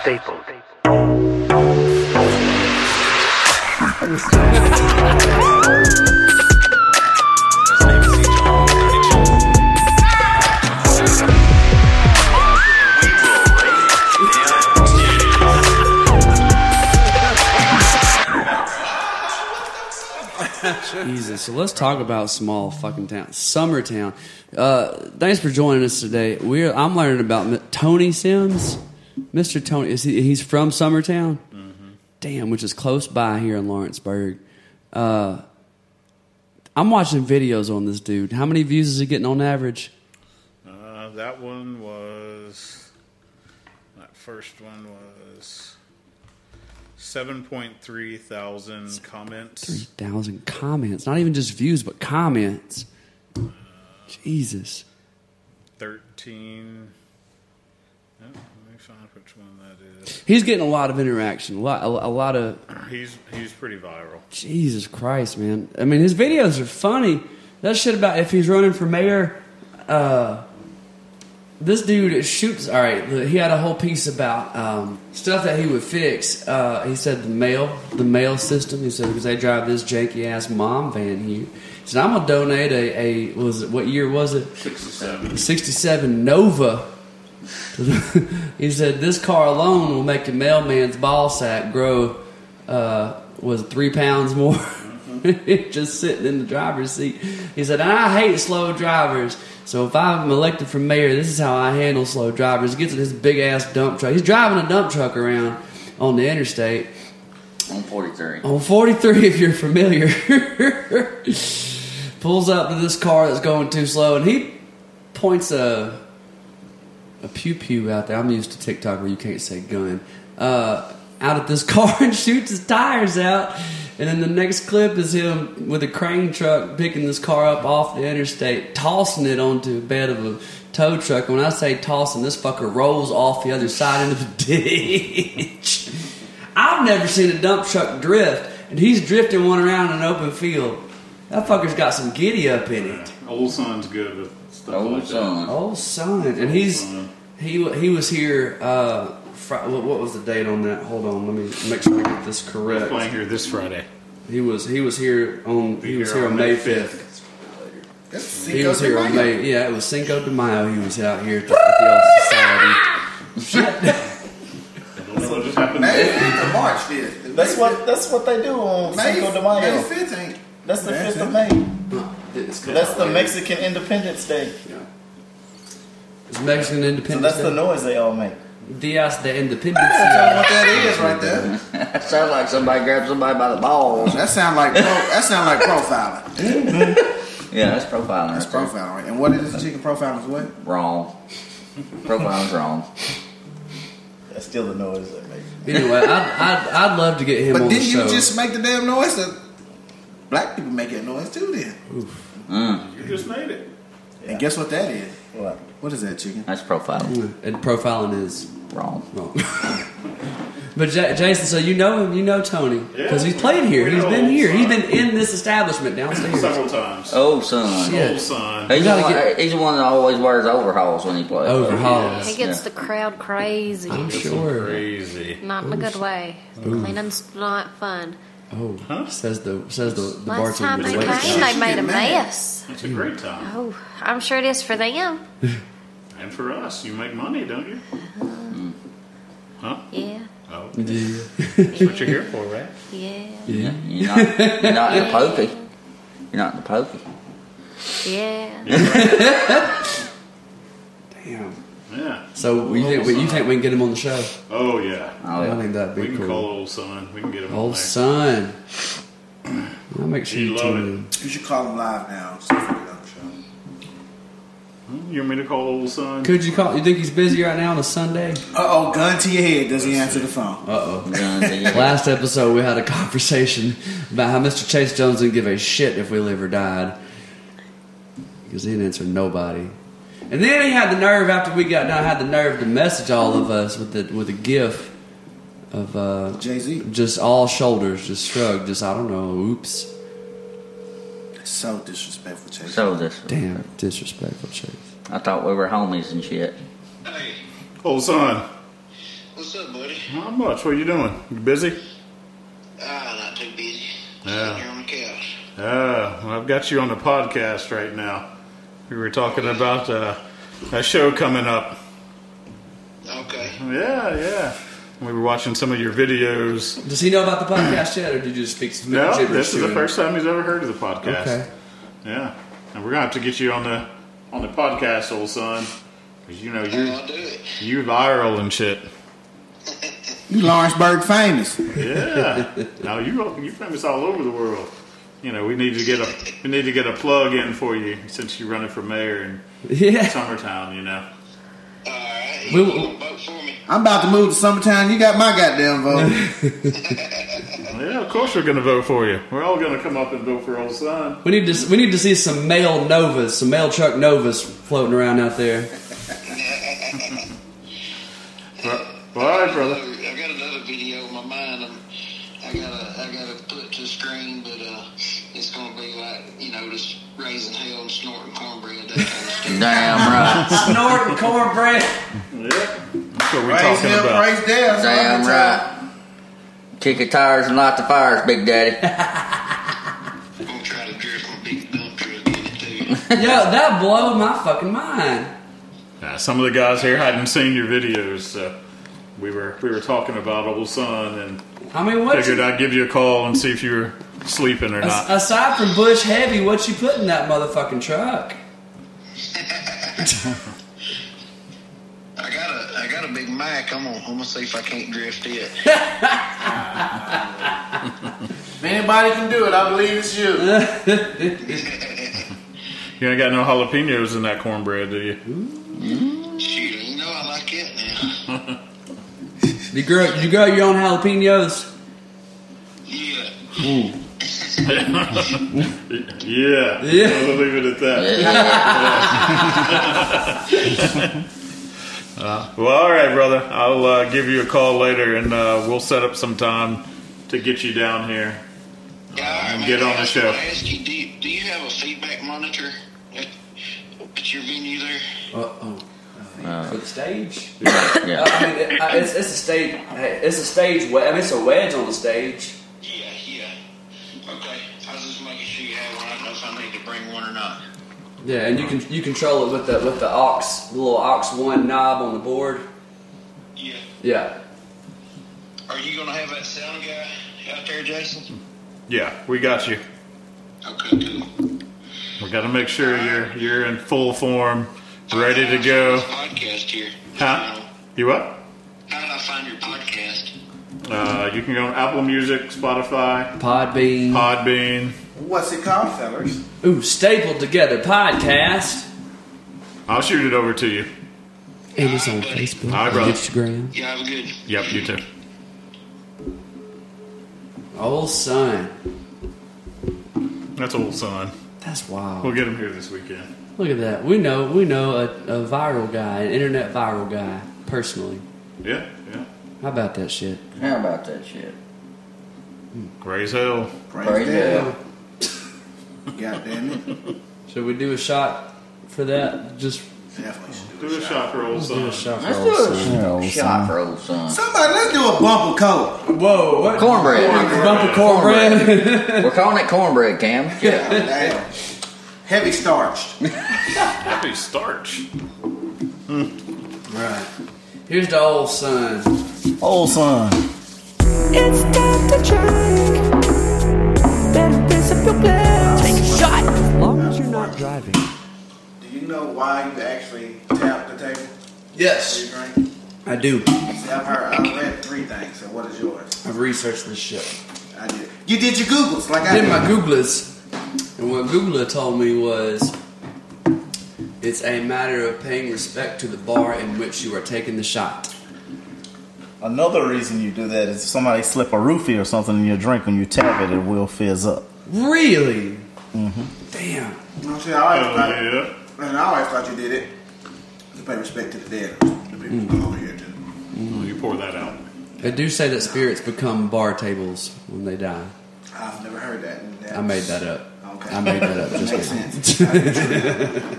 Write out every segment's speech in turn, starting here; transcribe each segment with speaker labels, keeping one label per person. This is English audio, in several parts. Speaker 1: Staples.
Speaker 2: Jesus. So let's talk about small fucking town, Summertown. Uh, thanks for joining us today. We're I'm learning about M- Tony Sims, Mr. Tony. Is he? He's from Summertown. Damn, which is close by here in Lawrenceburg. Uh, I'm watching videos on this dude. How many views is he getting on average?
Speaker 3: Uh, that one was. That first one was. 7.3 thousand comments.
Speaker 2: Thousand comments, not even just views, but comments. Jesus.
Speaker 3: 13. Oh, let me find which one that is.
Speaker 2: He's getting a lot of interaction, a lot, a, a lot of
Speaker 3: He's, he's pretty viral.
Speaker 2: Jesus Christ, man. I mean, his videos are funny. That shit about if he's running for mayor, uh, this dude shoots. All right, look, he had a whole piece about um, stuff that he would fix. Uh, he said the mail, the mail system. He said because they drive this janky ass mom van here. He said I'm gonna donate a, a was it what year was it?
Speaker 3: 67.
Speaker 2: 67 Nova. he said, This car alone will make your mailman's ball sack grow, uh, was it three pounds more? Just sitting in the driver's seat. He said, I hate slow drivers. So if I'm elected for mayor, this is how I handle slow drivers. He gets in his big ass dump truck. He's driving a dump truck around on the interstate.
Speaker 4: I'm 43.
Speaker 2: On 43, if you're familiar, pulls up to this car that's going too slow, and he points a a pew pew out there. I'm used to TikTok where you can't say gun uh, out at this car and shoots his tires out. And then the next clip is him with a crane truck picking this car up off the interstate, tossing it onto a bed of a tow truck. When I say tossing, this fucker rolls off the other side into the ditch. I've never seen a dump truck drift, and he's drifting one around an open field. That fucker's got some giddy up in it.
Speaker 3: Old son's good with stuff
Speaker 4: Old
Speaker 3: like
Speaker 4: son.
Speaker 2: Oh, son, and he's
Speaker 3: son.
Speaker 2: he he was here. Uh, fr- what what was the date on that? Hold on, let me make sure I get this
Speaker 3: that. He's playing
Speaker 2: correct.
Speaker 3: here this Friday.
Speaker 2: He was he was here on he
Speaker 3: Be
Speaker 2: was here on May fifth.
Speaker 5: That's Cinco
Speaker 2: He was
Speaker 5: de
Speaker 2: here on
Speaker 5: Mayo.
Speaker 2: May. Yeah, it was Cinco de Mayo. He was out here at the, at the Old Society. Shit.
Speaker 3: I don't know what just happened.
Speaker 5: May fifth of March. Fifth.
Speaker 6: That's what that's what they do on
Speaker 5: May,
Speaker 6: Cinco de Mayo.
Speaker 5: May fifth ain't.
Speaker 6: That's the
Speaker 5: That's
Speaker 6: fifth
Speaker 5: it.
Speaker 6: of May.
Speaker 2: It's kinda
Speaker 6: That's the
Speaker 2: weird.
Speaker 6: Mexican Independence Day.
Speaker 2: Yeah. It's Mexican
Speaker 6: So
Speaker 2: Independence.
Speaker 6: that's the noise they all make.
Speaker 2: Day. Dias de Independence.
Speaker 5: That's all what that is right there.
Speaker 4: That sounds like somebody grabbed somebody by the balls.
Speaker 5: That sound like pro, that sound like profiling.
Speaker 4: Yeah, that's profiling.
Speaker 5: That's
Speaker 4: right there.
Speaker 5: profiling, right? And what is the chicken profiling's what?
Speaker 4: Wrong. Profiling's wrong.
Speaker 6: That's still the noise they make.
Speaker 2: Anyway, I'd, I'd, I'd love to get him
Speaker 5: But
Speaker 2: on the
Speaker 5: didn't you
Speaker 2: show.
Speaker 5: just make the damn noise? That black people make that noise too. Then,
Speaker 3: You just made it.
Speaker 5: and guess what that is?
Speaker 6: What?
Speaker 5: What is that chicken?
Speaker 4: That's profiling.
Speaker 2: and profiling is
Speaker 4: Wrong.
Speaker 2: wrong. but J- Jason, so you know him, you know Tony because he's played here.
Speaker 3: We
Speaker 2: He's
Speaker 3: know
Speaker 2: been
Speaker 3: old
Speaker 2: here. He's
Speaker 3: son.
Speaker 2: been in this establishment downstairs.
Speaker 3: Several times.
Speaker 4: Oh, son.
Speaker 2: Yeah.
Speaker 3: Old son.
Speaker 4: He's,
Speaker 2: You gotta
Speaker 4: the one,
Speaker 2: get-
Speaker 4: he's the one that always wears overalls when he plays.
Speaker 2: Overhauls.
Speaker 7: He gets
Speaker 4: Yeah.
Speaker 7: the crowd crazy.
Speaker 2: I'm sure.
Speaker 3: Crazy.
Speaker 7: Not in a good way. Cleaning's not fun.
Speaker 2: Oh, says the says the, the
Speaker 7: Last time
Speaker 2: bartender.
Speaker 7: they
Speaker 2: the
Speaker 7: came,
Speaker 2: wait guy.
Speaker 7: they made a
Speaker 5: Get mad.
Speaker 7: mess.
Speaker 3: It's a great time.
Speaker 7: Oh, I'm sure it is for them.
Speaker 3: And for us, you make money, don't you?
Speaker 2: Mm-hmm.
Speaker 3: Huh?
Speaker 7: Yeah,
Speaker 3: Oh,
Speaker 2: Yeah.
Speaker 3: that's what you're here for, right?
Speaker 7: yeah,
Speaker 2: Yeah.
Speaker 4: You're not, you're not in the pokey. You're not in the pokey.
Speaker 7: yeah.
Speaker 2: Damn.
Speaker 3: Yeah.
Speaker 2: So you think you think we can get him on the show?
Speaker 3: Oh, yeah.
Speaker 4: Oh,
Speaker 2: I
Speaker 4: yeah.
Speaker 2: think that'd
Speaker 3: We
Speaker 2: be
Speaker 3: can
Speaker 2: cool.
Speaker 3: call old son. We can get him on
Speaker 2: Old
Speaker 3: there.
Speaker 2: son. I'll make sure
Speaker 3: He'd
Speaker 2: you
Speaker 3: love
Speaker 2: tune
Speaker 3: it.
Speaker 2: in.
Speaker 5: You should call them live now. So we can get on the show.
Speaker 3: Hmm? You want me to call old son?
Speaker 2: Could you call? You think he's busy right now on a Sunday?
Speaker 5: Uh oh, gun to your head. Does he answer the phone?
Speaker 2: Uh oh.
Speaker 4: Guns and yeah.
Speaker 2: Last episode, we had a conversation about how Mr. Chase Jones didn't give a shit if we live or died because he didn't answer nobody. And then he had the nerve after we got done, had the nerve to message all of us with the with a gif of uh,
Speaker 5: Jay Z.
Speaker 2: just all shoulders, just shrug, just I don't know, oops,
Speaker 5: So disrespectful, Chase.
Speaker 4: So this.
Speaker 2: damn, disrespectful Chase.
Speaker 4: I thought we were homies and shit.
Speaker 3: Old son.
Speaker 8: What's
Speaker 1: What's up, buddy?
Speaker 3: Not much. What you doing? You busy?
Speaker 1: Ah, not too busy.
Speaker 3: Yeah.
Speaker 1: Sitting here on the couch.
Speaker 3: Uh, well, I've got you on the podcast right now. We were talking about uh, a show coming up.
Speaker 1: Okay.
Speaker 3: Yeah, yeah. We were watching some of your videos.
Speaker 2: Does he know about the podcast yet, or did you just speak some
Speaker 3: No,
Speaker 2: gibberish
Speaker 3: this is
Speaker 2: to
Speaker 3: the
Speaker 2: him?
Speaker 3: first time he's ever heard of the podcast.
Speaker 2: Okay.
Speaker 3: Yeah, and we're gonna have to get you on the on the podcast, old son, because you know
Speaker 1: I'll
Speaker 3: you
Speaker 1: do it.
Speaker 3: you viral and shit.
Speaker 5: You Lawrenceburg famous.
Speaker 3: Yeah. now you you famous all over the world. You know we need to get a we need to get a plug in for you since you're running for mayor in
Speaker 2: Yeah.
Speaker 3: Summertown. You know.
Speaker 1: All right.
Speaker 2: We-
Speaker 1: You gonna vote for me?
Speaker 5: I'm about to move to summertime. You got my goddamn vote.
Speaker 3: Yeah, of course we're gonna vote for you. We're all gonna come up and vote for old son.
Speaker 2: We need to we need to see some male novas, some male truck novas floating around out there.
Speaker 3: Well, well, all right, brother.
Speaker 1: I got another video in my mind. I'm, I gotta, I gotta put it to the screen, but uh, it's gonna be like, you know, just raising hell and snorting cornbread, that kind of stuff.
Speaker 4: Damn right.
Speaker 2: Snorting cornbread.
Speaker 3: Yeah. That's what we're
Speaker 5: Raise
Speaker 3: talking
Speaker 5: him,
Speaker 3: about.
Speaker 5: raise them.
Speaker 4: Damn right. Kick the tires and light the fires, Big Daddy.
Speaker 1: I'm gonna try to drift my big dump truck in it too.
Speaker 2: Yo, that blew my fucking mind.
Speaker 3: Now, Uh, some of the guys here hadn't seen your videos, so we were we were talking about old son and
Speaker 2: I mean, what?
Speaker 3: figured I'd give you a call and see if you were sleeping or not.
Speaker 2: aside from Bush Heavy, what you put in that motherfucking truck?
Speaker 1: I got a, I got a big Mac. I'm gonna, I'm gonna see if I can't drift it.
Speaker 6: If anybody can do it, I believe it's you.
Speaker 3: You ain't got no jalapenos in that cornbread, do you?
Speaker 1: Shoot, you know I like it now.
Speaker 2: You grow, you grow your own jalapenos.
Speaker 1: Yeah.
Speaker 3: Yeah.
Speaker 2: Yeah.
Speaker 3: We'll leave it at that.
Speaker 4: Yeah.
Speaker 3: Well, all right, brother. I'll uh, give you a call later, and uh, we'll set up some time to get you down here.
Speaker 1: Yeah,
Speaker 3: get on the show.
Speaker 1: I ask you, do you, do you have a feedback monitor at, at your venue there?
Speaker 2: Uh oh. For the stage, Uh,
Speaker 4: yeah.
Speaker 2: I mean, it, I- it's, it's a stage. uh, It's a stage. we- I mean, it's a wedge on the stage.
Speaker 1: Yeah, yeah. Okay, I was just making sure you had one. I don't know if I need to bring one or not.
Speaker 2: Yeah, and you can you control it with the with the aux, the little aux one knob on the board.
Speaker 1: Yeah.
Speaker 2: Yeah.
Speaker 1: Are you gonna have that sound guy out there, Jason?
Speaker 3: Yeah, we got you.
Speaker 1: Okay, cool.
Speaker 3: We got to make sure you're you're in full form, ready to go.
Speaker 1: Podcast here.
Speaker 3: Huh? You what?
Speaker 1: How did I find your podcast?
Speaker 3: Uh, you can go on Apple Music, Spotify,
Speaker 2: Podbean.
Speaker 3: Podbean.
Speaker 5: What's it called, fellas?
Speaker 2: Ooh, stapled together podcast.
Speaker 3: I'll shoot it over to you.
Speaker 2: And it's on Facebook,
Speaker 3: Hi, brother.
Speaker 2: Instagram.
Speaker 1: Yeah, I'm good.
Speaker 3: Yep, you too.
Speaker 2: Old son,
Speaker 3: That's old son.
Speaker 2: that's wild.
Speaker 3: We'll get him here this weekend.
Speaker 2: Look at that. We know we know a, a viral guy, an internet viral guy, personally.
Speaker 3: Yeah, yeah.
Speaker 2: How about that shit?
Speaker 4: How about that shit?
Speaker 3: Raise hell.
Speaker 4: Praise
Speaker 5: Raise them.
Speaker 4: hell.
Speaker 5: Goddamn it.
Speaker 2: Should we do a shot for that? Just
Speaker 5: Definitely should do
Speaker 3: Do
Speaker 5: it.
Speaker 3: a shot for old
Speaker 2: do a
Speaker 3: son.
Speaker 2: shot for
Speaker 4: Let's
Speaker 2: old
Speaker 4: do
Speaker 2: son.
Speaker 4: a shot for old son.
Speaker 5: Somebody, let's do a bumper coat.
Speaker 2: Whoa, what?
Speaker 4: Cornbread.
Speaker 2: Bump of cornbread.
Speaker 4: We're calling it cornbread, Cam. Yeah.
Speaker 5: Damn. Heavy starched.
Speaker 3: Happy starch.
Speaker 2: right. Here's the old son.
Speaker 6: Old son.
Speaker 8: It's time to drink. Better piss up your glass. Take a shot. As long as you're not driving.
Speaker 5: Do you know why you actually tap the table for
Speaker 2: Yes,
Speaker 5: your drink?
Speaker 2: I do.
Speaker 5: See, I've heard, I read three things, so what is yours?
Speaker 2: I've researched this shit.
Speaker 5: I did. You did your Googles like I
Speaker 2: I did
Speaker 5: did.
Speaker 2: my Googlers, and what Googler told me was it's a matter of paying respect to the bar in which you are taking the shot.
Speaker 6: Another reason you do that is if somebody slip a roofie or something in your drink when you tap it, it will fizz up.
Speaker 2: Really? Damn.
Speaker 5: You know what I'm saying? I
Speaker 3: Hell
Speaker 5: always thought,
Speaker 3: yeah.
Speaker 5: and I always thought you did it to pay respect to the dead. The people
Speaker 2: Mm.
Speaker 5: over here too.
Speaker 3: Oh, You pour that out.
Speaker 2: They do say that spirits become bar tables when they die.
Speaker 5: I've never heard that. and
Speaker 2: I made that up.
Speaker 5: Okay.
Speaker 2: I made that up just
Speaker 5: Makes
Speaker 2: now.
Speaker 5: sense. I did too.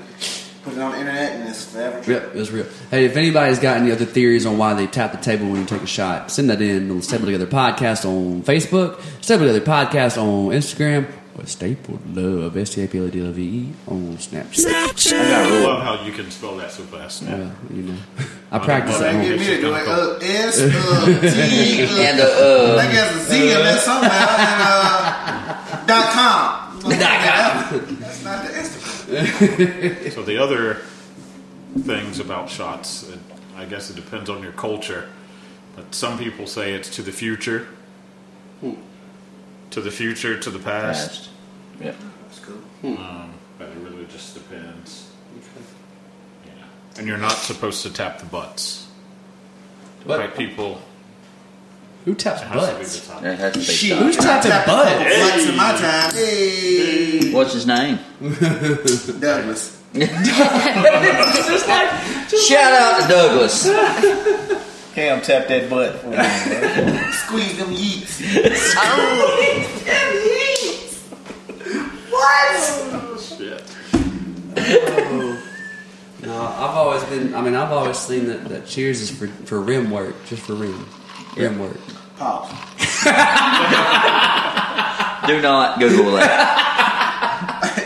Speaker 5: Put it on the internet and it's average.
Speaker 2: Yep, it was real. Hey, if anybody's got any other theories on why they tap the table when you take a shot, send that in on Staple Together Podcast on Facebook, Staple Together Podcast on Instagram, or Staple Love, S T A P L E D L O V E on Snapchat.
Speaker 3: I love how you can spell that so fast.
Speaker 2: Uh,
Speaker 3: Now.
Speaker 2: you know, I practice at
Speaker 5: Same
Speaker 2: home.
Speaker 5: get me to do it. Uh, S, uh, T, uh,
Speaker 4: And uh, uh,
Speaker 5: I think there's a Z in there somehow. And, uh, dot com. That's not the Instagram.
Speaker 3: So the other things about shots, it, I guess it depends on your culture. But some people say it's to the future, to the future, to the past.
Speaker 4: Past. yeah.
Speaker 5: That's cool.
Speaker 3: Um, but it really just depends. Yeah. And you're not supposed to tap the butts.
Speaker 2: But-
Speaker 3: Right, people.
Speaker 2: Who taps
Speaker 3: It has to
Speaker 2: butts?
Speaker 3: be the top.
Speaker 4: That has to be
Speaker 5: Shit.
Speaker 4: shot.
Speaker 2: Who's tapping
Speaker 5: Tapped a couple
Speaker 2: butts?
Speaker 5: Once in my time. Hey,
Speaker 4: What's his name?
Speaker 5: Douglas.
Speaker 4: Shout out to Douglas.
Speaker 6: Cam, tap that butt. for me, bro.
Speaker 5: Squeeze them yeets.
Speaker 3: Yeah.
Speaker 2: No, I've always been. I mean, I've always seen that, that Cheers is for for rim work, just for rim, rim work.
Speaker 5: Pause.
Speaker 4: Do not Google that.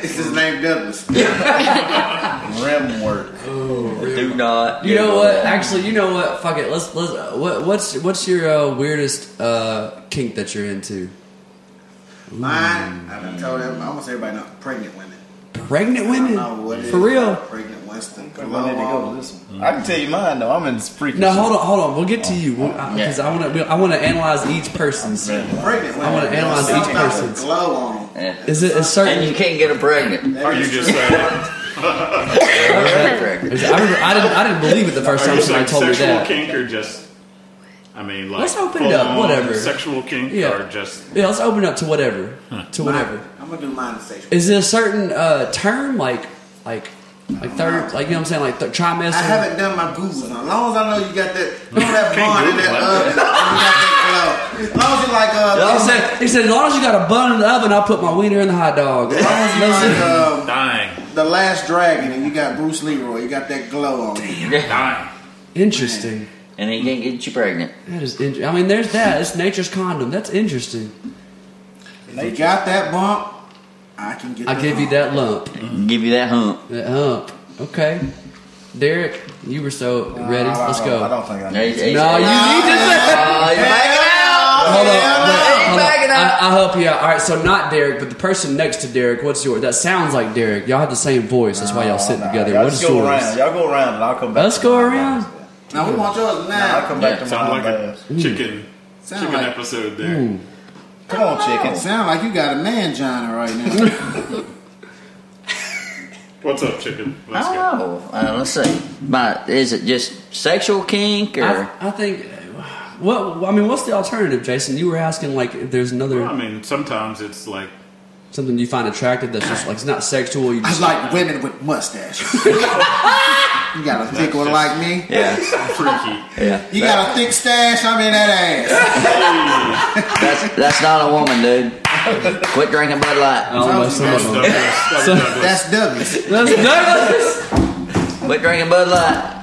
Speaker 5: It's his name Douglas.
Speaker 6: Rim work.
Speaker 4: Do not.
Speaker 2: You know
Speaker 4: Google
Speaker 2: what?
Speaker 4: that.
Speaker 2: Actually, you know what? Fuck it. Let's let's. uh, What, what's what's your uh, weirdest uh, kink that you're into?
Speaker 5: Mine, I done told him, almost everybody know, pregnant women.
Speaker 2: Pregnant
Speaker 5: I don't
Speaker 2: women,
Speaker 5: know what it is.
Speaker 2: for real?
Speaker 5: Pregnant Winston.
Speaker 6: I need to go to this one. I can tell you mine though. I'm in this freaky.
Speaker 2: No,
Speaker 6: shit.
Speaker 2: hold on, hold on. We'll get to you because I want to. I want to analyze each person's.
Speaker 5: Pregnant women.
Speaker 2: I wanna analyze
Speaker 5: There's something
Speaker 2: each
Speaker 5: about the
Speaker 2: person's.
Speaker 5: glow on them.
Speaker 4: Yeah.
Speaker 2: Is it a
Speaker 4: And you
Speaker 2: certain?
Speaker 4: can't get her pregnant.
Speaker 5: That
Speaker 3: Are you
Speaker 5: is
Speaker 3: just uh, saying?
Speaker 4: Pregnant.
Speaker 2: is it- I, remember, I didn't. I didn't believe it the first
Speaker 3: Are
Speaker 2: time
Speaker 3: you
Speaker 2: somebody
Speaker 3: saying
Speaker 2: told me
Speaker 3: sexual
Speaker 2: that.
Speaker 3: kink or just? I mean, like
Speaker 2: Let's open it up,
Speaker 3: full-on
Speaker 2: whatever.
Speaker 3: Sexual kink
Speaker 2: Yeah.
Speaker 3: or just
Speaker 2: Yeah, let's open up to whatever. To whatever.
Speaker 5: I'm gonna do mine and say.
Speaker 2: Is it a certain uh, term like like like third? Like you know what I'm saying? Like th- trimester.
Speaker 5: I haven't done my googles. As long as I know you got that, you know that
Speaker 3: Can't
Speaker 5: bond in that
Speaker 3: Google
Speaker 5: oven, you got that glow. As long as you like, uh,
Speaker 2: He
Speaker 5: as
Speaker 2: said, he said, as long as you got a bun in the oven, I'll put my wiener in the hot dog. As long as you
Speaker 5: long as you like,
Speaker 2: listen-
Speaker 5: um,
Speaker 3: dying,
Speaker 5: the Last Dragon, and you got Bruce Leroy, you got that glow on. you.
Speaker 3: dying.
Speaker 2: interesting.
Speaker 4: And he can't get you pregnant.
Speaker 2: That is interesting. I mean, there's that. It's nature's condom. That's interesting.
Speaker 5: If you got that bump, I can get.
Speaker 2: I
Speaker 5: the
Speaker 2: give you
Speaker 5: hump.
Speaker 2: that lump.
Speaker 4: Give you that hump.
Speaker 2: That hump. Okay. Derek, you were so ready.
Speaker 6: I don't-
Speaker 2: Let's
Speaker 6: I
Speaker 2: go.
Speaker 6: don't think I
Speaker 4: No,
Speaker 6: need
Speaker 4: you
Speaker 6: to.
Speaker 4: need
Speaker 2: No, you need to say. Hold on. wait, hold on.
Speaker 4: backing
Speaker 2: I,
Speaker 4: up.
Speaker 2: I'll help you out. All right, so not Derek, but the person next to Derek. What's yours? That sounds like Derek. Y'all have the same voice. That's why y'all sitting together.
Speaker 6: Y'all
Speaker 2: What's
Speaker 6: just go
Speaker 2: yours?
Speaker 6: around. Y'all go around, and I'll come back.
Speaker 2: Let's
Speaker 6: to
Speaker 2: go
Speaker 6: mine.
Speaker 2: around.
Speaker 5: Now we want yours
Speaker 6: I'll
Speaker 5: now.
Speaker 6: come back to
Speaker 3: Sound
Speaker 6: my
Speaker 3: like a
Speaker 2: Uh,
Speaker 6: last.
Speaker 3: chicken,
Speaker 5: Sound
Speaker 3: chicken
Speaker 5: like-
Speaker 3: episode there.
Speaker 6: Come on, chicken.
Speaker 5: Sound like you got a man genre right now.
Speaker 3: What's up, chicken? Let's
Speaker 4: I
Speaker 3: go.
Speaker 4: don't know. Uh, let's see. My, is it just sexual kink or?
Speaker 2: I, I think. What I mean, what's the alternative, Jason? You were asking like, if there's another
Speaker 3: I mean, sometimes it's like
Speaker 2: something you find attractive that's just like it's not sexual. You
Speaker 5: I
Speaker 2: just
Speaker 5: like women with mustaches. you got a thick one like me.
Speaker 4: yeah,
Speaker 3: freaky.
Speaker 4: yeah.
Speaker 5: You got a thick stash. I'm in that ass.
Speaker 4: That's that's not a woman, dude. Quit drinking Bud Light.
Speaker 2: I don't know some of them.
Speaker 3: Douglas, Douglas, Douglas.
Speaker 5: That's Douglas.
Speaker 2: That's Douglas.
Speaker 4: Quit drinking Bud Light.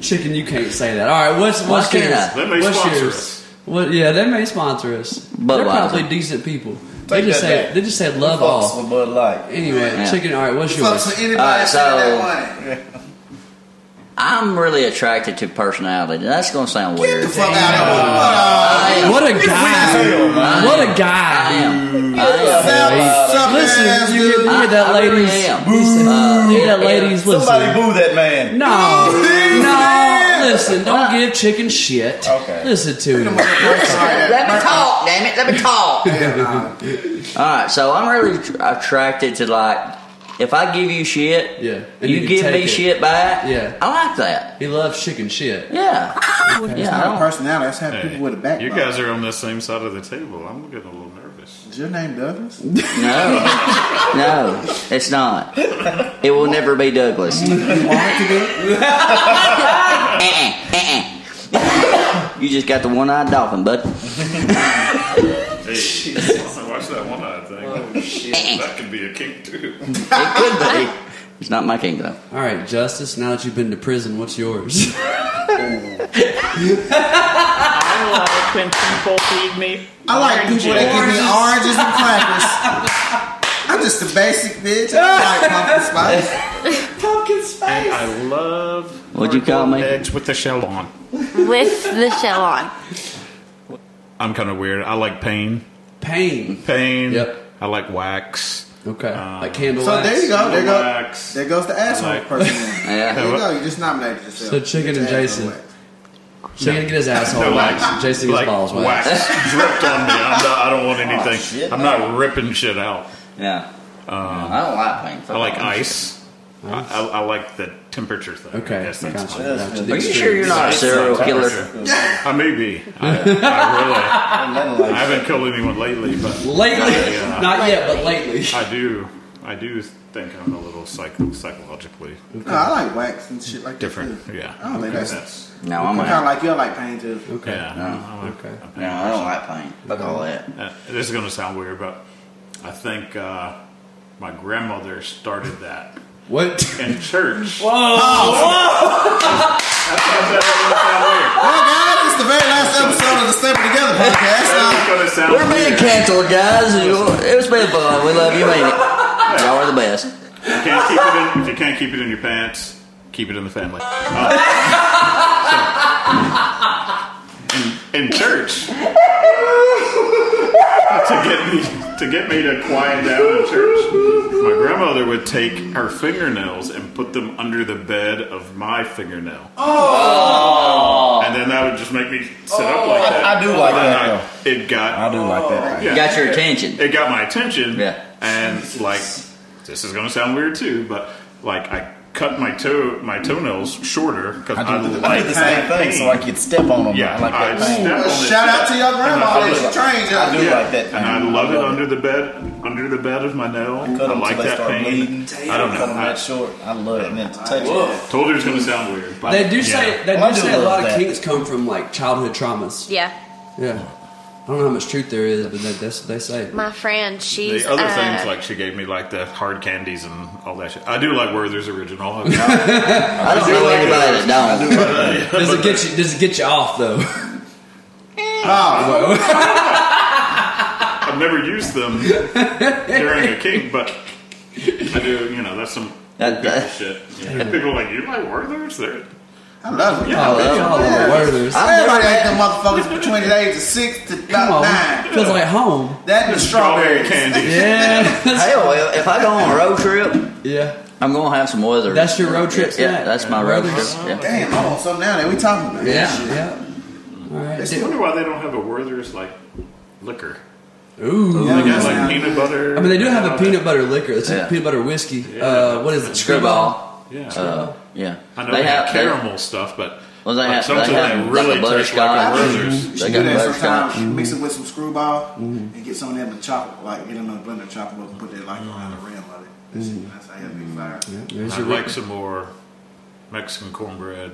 Speaker 2: Chicken, you can't say that. All right, what's
Speaker 4: Why
Speaker 2: what's
Speaker 4: can't
Speaker 2: yours?
Speaker 4: I?
Speaker 3: They may
Speaker 2: what's
Speaker 3: sponsor
Speaker 2: yours?
Speaker 3: us.
Speaker 2: What? Yeah, they may sponsor us. They're
Speaker 4: Budweiser.
Speaker 2: probably decent people. they
Speaker 6: Take
Speaker 2: just
Speaker 6: that
Speaker 2: say
Speaker 6: back.
Speaker 2: they just said love
Speaker 6: Fucks
Speaker 2: all.
Speaker 6: with Bud Light.
Speaker 2: Anyway,
Speaker 4: Yeah.
Speaker 2: chicken. All right, what's
Speaker 5: Fuck for
Speaker 2: yours?
Speaker 5: anybody
Speaker 4: Alright,
Speaker 5: sending
Speaker 4: so-
Speaker 5: that money.
Speaker 4: I'm really attracted to personality. That's gonna sound weird.
Speaker 5: The fuck out of
Speaker 2: What a guy! What a
Speaker 4: I
Speaker 2: guy!
Speaker 4: am.
Speaker 5: here.
Speaker 4: I am.
Speaker 2: Listen, you hear, you hear that,
Speaker 4: I- I really
Speaker 2: ladies?
Speaker 4: am.
Speaker 2: Listen, you hear that,
Speaker 4: Yeah, yeah.
Speaker 2: ladies?
Speaker 6: Somebody
Speaker 2: Listen.
Speaker 6: boo that man.
Speaker 2: No,
Speaker 5: Please,
Speaker 2: no.
Speaker 5: man.
Speaker 2: Listen, don't give chicken shit.
Speaker 6: Okay.
Speaker 2: Listen to me.
Speaker 4: Let me talk, damn it. Let me talk. All right, so I'm really tr- attracted to like, if I give you shit,
Speaker 2: Yeah, and
Speaker 4: you,
Speaker 2: you
Speaker 4: give
Speaker 2: take
Speaker 4: me
Speaker 2: it.
Speaker 4: shit back.
Speaker 2: Yeah.
Speaker 4: I like that.
Speaker 2: He loves chicken shit.
Speaker 4: Yeah, yeah. I
Speaker 5: Not
Speaker 4: don't-
Speaker 5: personality. That's how
Speaker 3: Hey,
Speaker 5: people with a backbone.
Speaker 3: you guys are on the same side of the table. I'm getting a little nervous.
Speaker 5: Is your name Douglas?
Speaker 4: No, no, it's not. It will never be Douglas.
Speaker 5: You want it to be?
Speaker 4: Uh-uh, uh-uh. you just got the one-eyed dolphin, bud.
Speaker 3: Hey, watch that one-eyed thing. that could be a kink too.
Speaker 4: It could be. It's not my kingdom.
Speaker 2: All right, Justice. Now that you've been to prison, what's yours?
Speaker 9: I love when people feed me.
Speaker 5: I like
Speaker 9: oranges.
Speaker 5: people that give me oranges and crackers. I'm just a basic bitch. I don't like pumpkin spice.
Speaker 2: Pumpkin spice.
Speaker 3: And I love
Speaker 4: What'd you
Speaker 3: hard-boiled
Speaker 4: call me?
Speaker 3: eggs with the shell on.
Speaker 7: With the shell on.
Speaker 3: I'm kind of weird. I like pain.
Speaker 2: Pain.
Speaker 3: Pain.
Speaker 2: Yep.
Speaker 3: I like wax.
Speaker 2: Okay.
Speaker 3: Uh,
Speaker 2: like candle.
Speaker 5: So there you go. There go.
Speaker 3: Wax.
Speaker 5: There goes the asshole
Speaker 3: Like-
Speaker 5: person.
Speaker 4: Yeah.
Speaker 5: There you go. You just nominated yourself.
Speaker 2: So chicken
Speaker 5: Get
Speaker 2: and
Speaker 5: your
Speaker 2: Jason.
Speaker 5: asshole waxed.
Speaker 2: She had to get his asshole
Speaker 3: No, like-
Speaker 2: waxed. Jason gets
Speaker 3: like
Speaker 2: balls
Speaker 3: wax
Speaker 2: waxed.
Speaker 3: dripped on me. I'm not, I don't want anything.
Speaker 6: shit,
Speaker 3: I'm
Speaker 6: no.
Speaker 3: not ripping shit out. Um,
Speaker 4: Yeah. I don't like pain. Fuck
Speaker 3: I like
Speaker 4: it.
Speaker 3: ice. I, I, I like the temperature thing. I
Speaker 2: Okay.
Speaker 3: guess that's
Speaker 2: gotcha,
Speaker 3: fine.
Speaker 2: gotcha.
Speaker 4: Are you sure you're not a
Speaker 3: Ice
Speaker 4: serial
Speaker 3: and
Speaker 4: killer?
Speaker 3: temperature. I may be. I, I
Speaker 6: I don't
Speaker 3: really. I
Speaker 6: like
Speaker 3: haven't killed anyone lately, but
Speaker 2: Lately,
Speaker 3: Yeah.
Speaker 2: not yet, but lately.
Speaker 3: I do. I do think I'm a little psycho- psychologically
Speaker 5: No, I like wax and shit like
Speaker 3: different.
Speaker 5: That too.
Speaker 3: Yeah.
Speaker 4: Oh,
Speaker 5: I don't think that's.
Speaker 3: That's-
Speaker 4: No, I'm
Speaker 5: kind of
Speaker 4: not.
Speaker 5: like you. I like pain too.
Speaker 2: Okay.
Speaker 3: Yeah. I'm a-
Speaker 2: Okay.
Speaker 3: I'm a-
Speaker 4: No, I don't like pain. Fuck all that.
Speaker 3: Uh, this is going to sound weird, but I think uh, my grandmother started that
Speaker 2: What?
Speaker 3: in church.
Speaker 5: Well, guys, it's the very last episode of the Stepping Together podcast. Uh,
Speaker 4: We're being canceled, guys. It was been fun. We love you, mean it. Y'all are the best.
Speaker 3: Can't keep it in, if you can't keep it in your pants, keep it in the family. Uh, so, in, in church, to get me to get me to quiet down in church, my grandmother would take her fingernails and put them under the bed of my fingernail. Oh! And then that would just make me sit up like that.
Speaker 6: I do like
Speaker 3: And
Speaker 6: that,
Speaker 3: I-
Speaker 6: though.
Speaker 3: it got
Speaker 6: I do like that.
Speaker 3: yeah,
Speaker 4: Got your attention.
Speaker 3: it got my attention.
Speaker 4: Yeah.
Speaker 3: And like, this is gonna sound weird too, but like I cut my toe, my toenails shorter because I,
Speaker 6: I do,
Speaker 3: like
Speaker 6: I do the same
Speaker 3: pain.
Speaker 6: thing, so I could step on them.
Speaker 3: yeah,
Speaker 6: I like that
Speaker 3: I
Speaker 6: pain.
Speaker 3: step on
Speaker 5: well,
Speaker 3: it.
Speaker 5: shout out to your grandma
Speaker 3: I
Speaker 5: that
Speaker 3: love
Speaker 5: you
Speaker 3: it.
Speaker 5: trained
Speaker 6: I
Speaker 5: out
Speaker 6: do
Speaker 5: here.
Speaker 6: like that pain.
Speaker 3: And I love it
Speaker 6: Cut
Speaker 3: under the bed, under the bed of my nail. I
Speaker 6: them
Speaker 3: like
Speaker 6: till they
Speaker 3: that
Speaker 6: start
Speaker 3: pain.
Speaker 6: bleeding.
Speaker 3: I don't
Speaker 6: Cut
Speaker 3: know.
Speaker 6: them
Speaker 3: I
Speaker 6: that short. I love it. And then to touch it.
Speaker 3: told you it's gonna sound weird. But
Speaker 2: They do
Speaker 3: yeah.
Speaker 2: say they
Speaker 6: Well, I
Speaker 2: do
Speaker 6: do
Speaker 2: say a
Speaker 6: love
Speaker 2: lot of
Speaker 6: that.
Speaker 2: kinks come from like childhood traumas.
Speaker 7: Yeah.
Speaker 2: Yeah. I don't know how much truth there is, but that, that's what they say.
Speaker 7: My friend, she's.
Speaker 3: The other
Speaker 7: uh,
Speaker 3: things like she gave me like the hard candies and all that shit. I do like Werther's original. uh, I mean,
Speaker 4: I don't know anybody that don't.
Speaker 2: Does it get you? Does it get you off though?
Speaker 5: Oh,
Speaker 3: I've never used them during a kink, but I do. You know, that's some
Speaker 4: That- that-
Speaker 3: shit. Yeah. People are like, you like Werther's? They're
Speaker 5: I love it.
Speaker 2: Oh, that's all the Werther's.
Speaker 4: I-
Speaker 5: Everybody ate them motherfuckers between the ages of six to
Speaker 2: Come
Speaker 5: about
Speaker 2: on,
Speaker 5: nine.
Speaker 2: feels like home.
Speaker 5: That and the
Speaker 3: strawberry
Speaker 5: strawberries.
Speaker 3: candy.
Speaker 2: Yeah,
Speaker 4: Hell, well, if I go on a road trip,
Speaker 2: yeah.
Speaker 4: I'm gonna have some weather.
Speaker 2: That's your road trip
Speaker 4: Yeah,
Speaker 2: snack.
Speaker 4: that's my road trip.
Speaker 2: Weathers.
Speaker 4: Yeah.
Speaker 5: Damn, oh, so now that we talking about that
Speaker 2: Yeah,
Speaker 5: shit.
Speaker 2: yeah. All right.
Speaker 3: I wonder why they don't have a Werther's like liquor.
Speaker 2: Ooh.
Speaker 3: They got
Speaker 5: that's
Speaker 3: like
Speaker 5: not-
Speaker 3: peanut butter.
Speaker 2: I mean, they do have
Speaker 3: all
Speaker 2: a peanut butter liquor. It's
Speaker 4: Yeah.
Speaker 2: a peanut butter whiskey. Uh, what is it?
Speaker 4: Screwball.
Speaker 3: that. Yeah.
Speaker 4: Uh, yeah.
Speaker 3: I know they, have caramel stuff, but
Speaker 4: Well, they
Speaker 3: like,
Speaker 4: have- they
Speaker 3: sometimes
Speaker 4: have, like, a
Speaker 3: really taste like
Speaker 4: butterscotch.
Speaker 3: a Werther's.
Speaker 5: You
Speaker 4: They got
Speaker 5: should do that
Speaker 4: butterscotch.
Speaker 5: sometimes. Mix
Speaker 2: mm-hmm.
Speaker 5: it with some screwball and get some of that and chop it, like get them in a blender, chop it up, and put that like around the rim of it. That's,
Speaker 2: Mm-hmm.
Speaker 5: that's how you be fire.
Speaker 2: There's
Speaker 3: I'd
Speaker 2: your
Speaker 3: like some more Mexican cornbread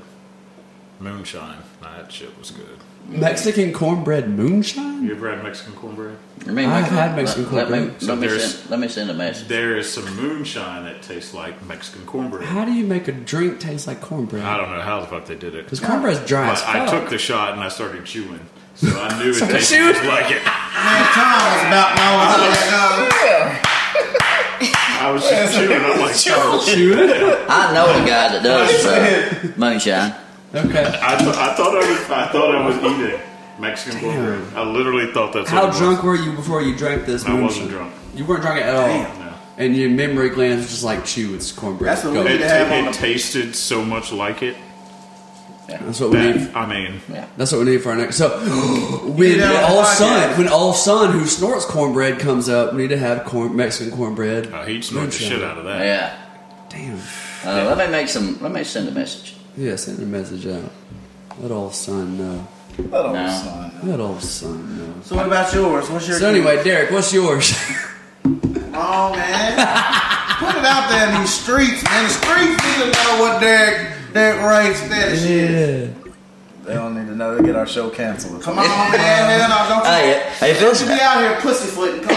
Speaker 3: moonshine. Nah, that shit was good.
Speaker 2: Mexican cornbread moonshine.
Speaker 3: You ever had Mexican cornbread?
Speaker 4: I mean,
Speaker 2: I've
Speaker 4: like,
Speaker 2: had Mexican
Speaker 4: let, let me,
Speaker 2: cornbread.
Speaker 4: let, me
Speaker 3: There's-
Speaker 4: send, let me send a message.
Speaker 3: There is some moonshine that tastes like Mexican cornbread.
Speaker 2: How do you make a drink taste like cornbread?
Speaker 3: I don't know how the fuck they did it.
Speaker 2: Because cornbread's dry as
Speaker 3: But
Speaker 2: fuck.
Speaker 3: I took the shot and I started chewing. So I knew it
Speaker 2: Started
Speaker 3: tasted
Speaker 2: chewing?
Speaker 3: just like it.
Speaker 5: Man, Tom was about knowing how that goes.
Speaker 3: I was just chewing. I'm like, oh.
Speaker 4: I know the guy that does uh, moonshine.
Speaker 2: okay.
Speaker 3: I, th- I thought I was. I thought I was eating Mexican cornbread. I literally thought that's
Speaker 2: How
Speaker 3: what it
Speaker 2: drunk were you before you drank this
Speaker 3: I
Speaker 2: moonshine?
Speaker 3: wasn't drunk.
Speaker 2: You weren't drunk at all.
Speaker 5: Damn.
Speaker 3: No.
Speaker 2: And your memory glands were just like, chew, it's cornbread.
Speaker 5: That's what
Speaker 2: Go.
Speaker 5: we
Speaker 3: It,
Speaker 5: need to have on
Speaker 3: ta-
Speaker 5: the
Speaker 3: it tasted so much like it
Speaker 2: That's what we need.
Speaker 3: that I mean,
Speaker 2: That's what we need for our next. So when
Speaker 5: Yeah,
Speaker 2: all
Speaker 5: podcast.
Speaker 2: son, when all son who snorts cornbread comes up, we need to have corn, Mexican cornbread.
Speaker 3: uh, he snorted the shit out of that.
Speaker 4: Yeah.
Speaker 2: Damn.
Speaker 4: Uh, let me make some. Let me send a message.
Speaker 2: Yeah, send a message out. Let all son know.
Speaker 6: That old
Speaker 4: No.
Speaker 6: son.
Speaker 2: Let all son know.
Speaker 5: So what about yours? What's your
Speaker 2: So anyway, Derek, what's yours?
Speaker 5: Oh man. Put it out there in these streets, man. The streets need to know what Derek Derek Ray's fetish is.
Speaker 6: They don't need to know. They get our show canceled.
Speaker 5: Come on, man. man no, don't you,
Speaker 4: Hey, hey, if it's
Speaker 5: don't you be out here pussyfooting. Come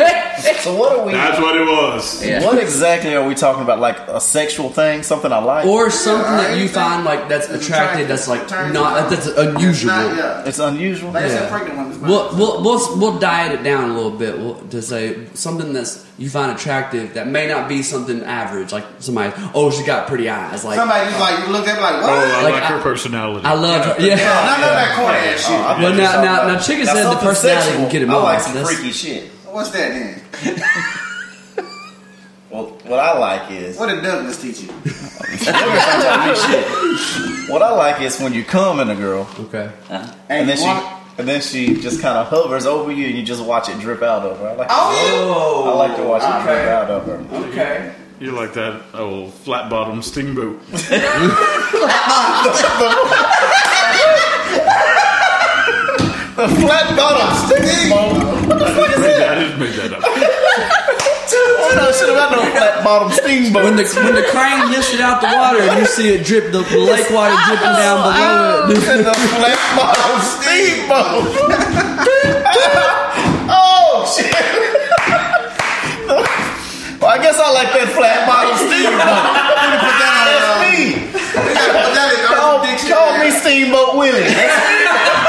Speaker 5: now.
Speaker 6: So what are we?
Speaker 3: That's what it was.
Speaker 4: Yeah.
Speaker 6: What exactly are we talking about? Like a sexual thing? Something I like?
Speaker 2: Or something that you
Speaker 5: anything.
Speaker 2: find like that's
Speaker 5: It's
Speaker 2: attractive,
Speaker 5: attractive.
Speaker 2: that's like
Speaker 5: Attractive.
Speaker 2: not that's unusual.
Speaker 5: Not yet.
Speaker 6: it's unusual.
Speaker 5: Like I
Speaker 2: Yeah.
Speaker 5: said, pregnant women's
Speaker 2: We'll, we'll, we'll, we'll diet it down a little bit we'll, to say something that's you find attractive that may not be something average. Like somebody, oh, she got pretty eyes. Like
Speaker 5: Somebody just like you look at me like, what?
Speaker 3: Oh, I
Speaker 2: Like,
Speaker 3: like, her
Speaker 2: I-
Speaker 3: personality.
Speaker 2: I love her. Yeah. Oh,
Speaker 5: no, no, that corny ass shit.
Speaker 6: I
Speaker 2: Well,
Speaker 6: thought you were
Speaker 2: now-
Speaker 6: talking
Speaker 2: now-
Speaker 6: about-
Speaker 2: now Chicken said the
Speaker 6: something
Speaker 2: personality
Speaker 6: sexual.
Speaker 2: can get him
Speaker 6: I
Speaker 2: off.
Speaker 6: like some
Speaker 2: That's-
Speaker 6: freaky shit.
Speaker 5: What's that then?
Speaker 6: Well, what I like is
Speaker 5: What did Douglas teach you?
Speaker 6: what I like is when you come in a girl
Speaker 2: Okay.
Speaker 6: and then
Speaker 5: you
Speaker 6: she
Speaker 5: want-
Speaker 6: and then she just kind of hovers over you and you just watch it drip out of her. I like
Speaker 5: Oh,
Speaker 6: I like to watch it drip out of her.
Speaker 5: yeah. Okay.
Speaker 3: You're like that old flat bottom steamboat.
Speaker 6: The flat bottom sticky.
Speaker 3: I just made that up.
Speaker 6: I know shit about no flat bottom steamboat.
Speaker 2: When the when the crane lifts it out the water and you see it drip the, the lake water dripping down below it.
Speaker 6: to the flat bottom steamboat. oh shit! well, I guess I like that flat bottom steamboat.
Speaker 5: Put
Speaker 6: That's
Speaker 5: that
Speaker 6: me.
Speaker 5: on. We gotta put that in our
Speaker 6: Call, call me
Speaker 5: dictionary.
Speaker 6: Steamboat Willie.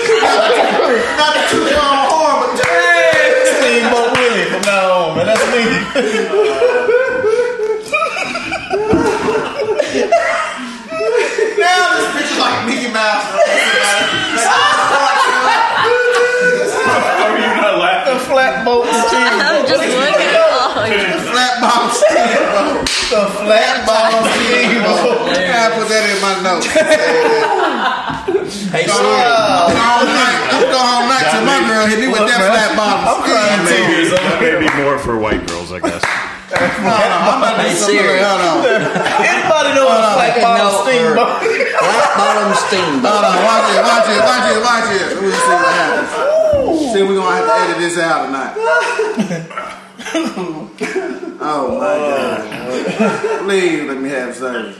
Speaker 5: Not the two on horn, but just
Speaker 6: Steamboat Willie from now on, man. That's me.
Speaker 5: now this picture's like "Oh, Mickey Mouse.
Speaker 3: Are you not
Speaker 6: The
Speaker 3: laughing?
Speaker 6: flat boat
Speaker 7: I'm
Speaker 6: steamboat.
Speaker 7: just looking at all.
Speaker 5: Flat bottom steam, bro.
Speaker 6: The flat bottom steamboat.
Speaker 5: I gotta put that in my notes.
Speaker 4: Hey,
Speaker 5: Go
Speaker 4: Siri.
Speaker 5: home, go home night. I'm going home night till my girl hit me with that flat bottom
Speaker 6: I'm crying
Speaker 5: steam, man.
Speaker 6: tears.
Speaker 3: That may be more for white girls, I guess.
Speaker 5: No, no, I'm about to do
Speaker 4: Hey,
Speaker 5: something.
Speaker 4: Siri.
Speaker 5: like- Hold on.
Speaker 6: Anybody know what a flat
Speaker 4: Fucking
Speaker 6: bottom
Speaker 4: know her.
Speaker 6: steamboat?
Speaker 4: Flat bottom steamboat.
Speaker 5: Hold on, watch it, watch it, watch it, watch it. Let me see what happens. See, we're gonna have to edit this out tonight. oh my god. Please let me have service.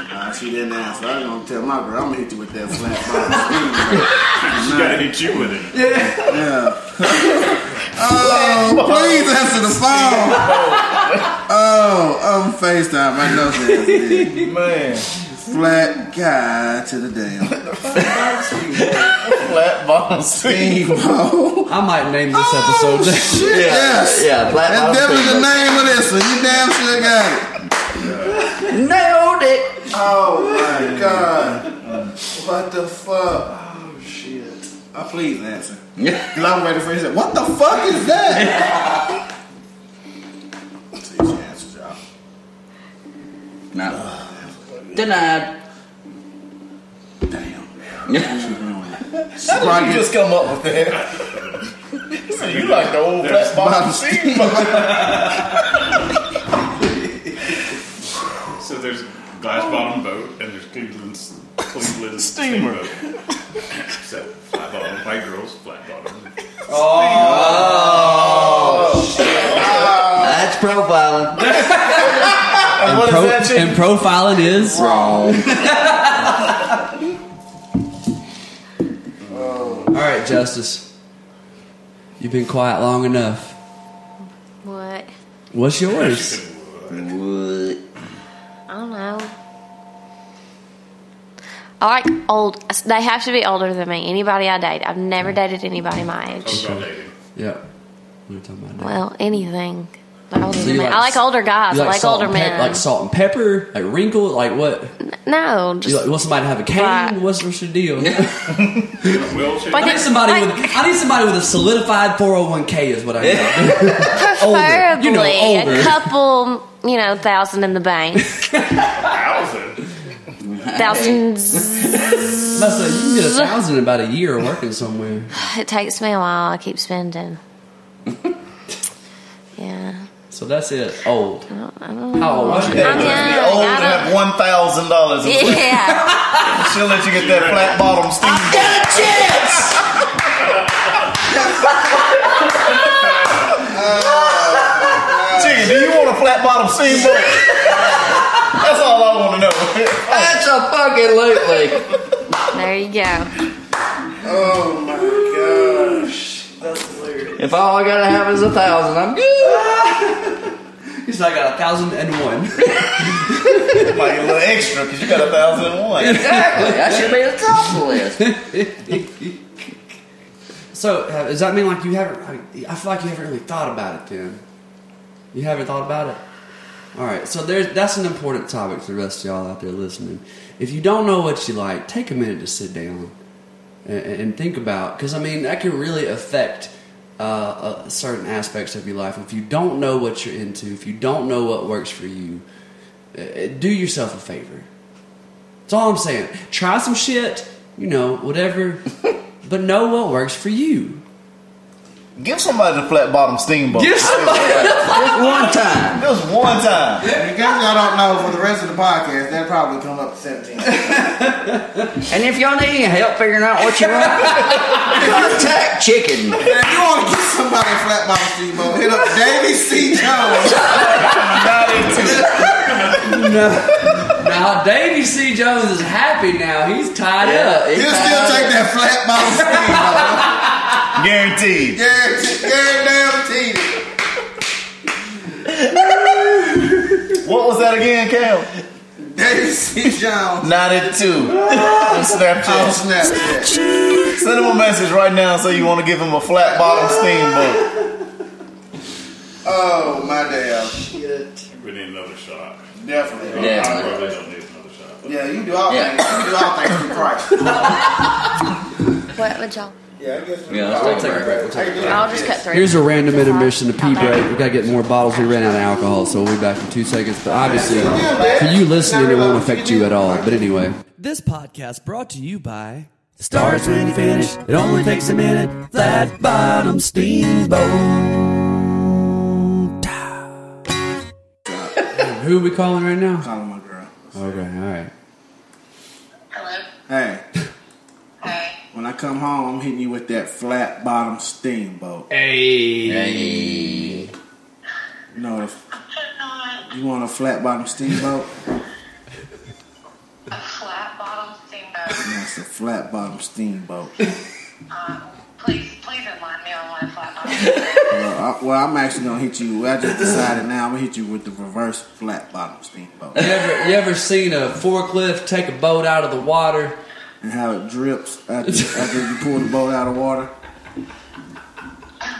Speaker 5: Ah, she didn't answer. I'm gonna tell my girl, I'm gonna hit you with that flat bottom.
Speaker 3: She
Speaker 5: steam, bro.
Speaker 3: gotta hit you with it.
Speaker 5: Oh, please answer the phone. Oh, I'm FaceTime. I know that. is it.
Speaker 6: Man,
Speaker 5: Flat guy to the damn.
Speaker 6: flat bottom steamboat.
Speaker 5: Steamboat.
Speaker 2: I might name this episode. that.
Speaker 5: Oh, Shit, yes.
Speaker 4: Yeah, flat
Speaker 5: That's
Speaker 4: bottom
Speaker 5: definitely the
Speaker 4: steamboat.
Speaker 5: name of this one. You damn sure got it.
Speaker 4: Nailed it.
Speaker 5: Oh my god. What the fuck? Oh shit. I please answer.
Speaker 4: Yeah.
Speaker 5: Cause I'm waiting for you to say, what the fuck is that? See if she answers, y'all.
Speaker 4: No. Denied.
Speaker 5: Damn.
Speaker 4: Yeah.
Speaker 6: How did you just come up with that? so you like the old flat bottom steamboat?
Speaker 3: So there's glass bottom boat and there's Cleveland's Cleveland
Speaker 6: Steamer.
Speaker 3: steamboat. So flat bottom white girls, flat bottom.
Speaker 4: That's profiling.
Speaker 6: And
Speaker 2: And,
Speaker 6: what
Speaker 2: pro-
Speaker 6: is that shit?
Speaker 2: and profiling is
Speaker 4: Wrong.
Speaker 2: all right. Justice, you've been quiet long enough.
Speaker 7: What?
Speaker 2: What's yours?
Speaker 4: What?
Speaker 7: I don't know. I like old. They have to be older than me. Anybody I date, I've never dated anybody my age.
Speaker 3: About dating.
Speaker 2: Yeah. We were talking about that.
Speaker 7: Well, anything. They're older
Speaker 2: So
Speaker 7: than
Speaker 2: you
Speaker 7: me. I like older guys.
Speaker 2: you
Speaker 7: I like
Speaker 2: salt
Speaker 7: older
Speaker 2: and pep-
Speaker 7: men.
Speaker 2: like salt and pepper, like wrinkle, like what?
Speaker 7: no,
Speaker 2: You
Speaker 7: just
Speaker 2: like, want somebody to have a cane?
Speaker 7: Right.
Speaker 2: What's, what's your deal?
Speaker 3: Will she?
Speaker 7: Like-
Speaker 2: I need somebody
Speaker 7: Like-
Speaker 2: with I need somebody with a solidified 401k is what I need.
Speaker 7: preferably
Speaker 2: You know, older.
Speaker 7: a couple, you know, thousand in the bank,
Speaker 3: Thousand.
Speaker 7: thousands.
Speaker 2: Must have- you can get a thousand in about a year working somewhere.
Speaker 7: It takes me a while. I keep spending. yeah.
Speaker 2: So that's it. Old.
Speaker 7: I don't, I don't know.
Speaker 2: How old was you?
Speaker 6: Yeah, you must be
Speaker 7: young,
Speaker 6: old
Speaker 7: I
Speaker 6: and
Speaker 7: don't-
Speaker 6: have one thousand dollars.
Speaker 7: Yeah.
Speaker 6: She'll let you get that flat bottom steamboat.
Speaker 4: Got a chance.
Speaker 6: Chicken, do you want a flat bottom steamboat? That's all I want to know.
Speaker 4: That's a fucking loot
Speaker 7: There you go.
Speaker 5: Oh my gosh. That's hilarious.
Speaker 4: If all I gotta have is a thousand, I'm good.
Speaker 2: He's like a thousand and one.
Speaker 6: Like a little extra because you got a thousand and one.
Speaker 4: Exactly. That should be the top of the list.
Speaker 2: so have- does that mean like you haven't? I, mean, I feel like you haven't really thought about it. Then you haven't thought about it. All right. So there's that's an important topic to the rest of y'all out there listening. If you don't know what you like, take a minute to sit down and, and think about because I mean that can really affect. Uh, uh, certain aspects of your life. If you don't know what you're into, if you don't know what works for you, uh, uh, do yourself a favor. That's all I'm saying. Try some shit, you know, whatever, but know what works for you.
Speaker 6: Give somebody the flat bottom steamboat.
Speaker 2: Give somebody.
Speaker 4: Just one time.
Speaker 6: Just one time.
Speaker 5: In case y'all don't know, for the rest of the podcast, that probably come up to 17.
Speaker 4: And if y'all need any help figuring out what you want, contact chicken.
Speaker 5: If you want to get somebody a flat bottom steamboat, hit up Davy C. Jones.
Speaker 2: Now, Davy C. Jones is happy now. He's tied
Speaker 4: Yeah,
Speaker 2: up.
Speaker 5: He'll still take that flat bottom steamboat.
Speaker 6: Guaranteed.
Speaker 5: Guaranteed. Guaranteed.
Speaker 6: What was that again, Cam?
Speaker 5: Davy C. Jones.
Speaker 6: 92. On
Speaker 5: On
Speaker 6: Snapchat.
Speaker 5: Snapchat.
Speaker 6: Send him a message right now and say you want to give him a flat bottom steamboat.
Speaker 5: Oh, my damn.
Speaker 3: We need another shot.
Speaker 5: Definitely.
Speaker 4: Yeah.
Speaker 3: I probably don't need another shot. but-
Speaker 5: Yeah, you do all
Speaker 4: Yeah.
Speaker 5: things. You do all things for Christ.
Speaker 7: What would y'all?
Speaker 5: Yeah, I guess
Speaker 4: Yeah, let's
Speaker 2: take a break. We'll take a break.
Speaker 7: I'll just cut through.
Speaker 2: Here's a random intermission, a pee break. We gotta get more bottles. We ran out of alcohol, so we'll be back in two seconds. But obviously, for you listening, it won't affect you at all. But anyway, this podcast brought to you by. Starts when you finish. It only takes a minute. Flat bottom steamboat. Who are we calling right now?
Speaker 5: Calling my girl.
Speaker 2: Okay, all right.
Speaker 7: Hello.
Speaker 5: Hey,
Speaker 7: Hey.
Speaker 5: when I come home, I'm hitting you with that flat bottom steamboat.
Speaker 4: Hey.
Speaker 5: You know, if you want a flat bottom steamboat,
Speaker 7: A flat bottom steamboat.
Speaker 5: that's a flat bottom steamboat.
Speaker 7: Please, please enlighten me on what a flat bottom.
Speaker 5: Well, I, well, I'm actually gonna hit you. I just decided now I'm gonna hit you with the reverse flat bottom steamboat
Speaker 2: You ever, you ever seen a forklift take a boat out of the water?
Speaker 5: and how it drips after, after you pull the boat out of water.
Speaker 7: I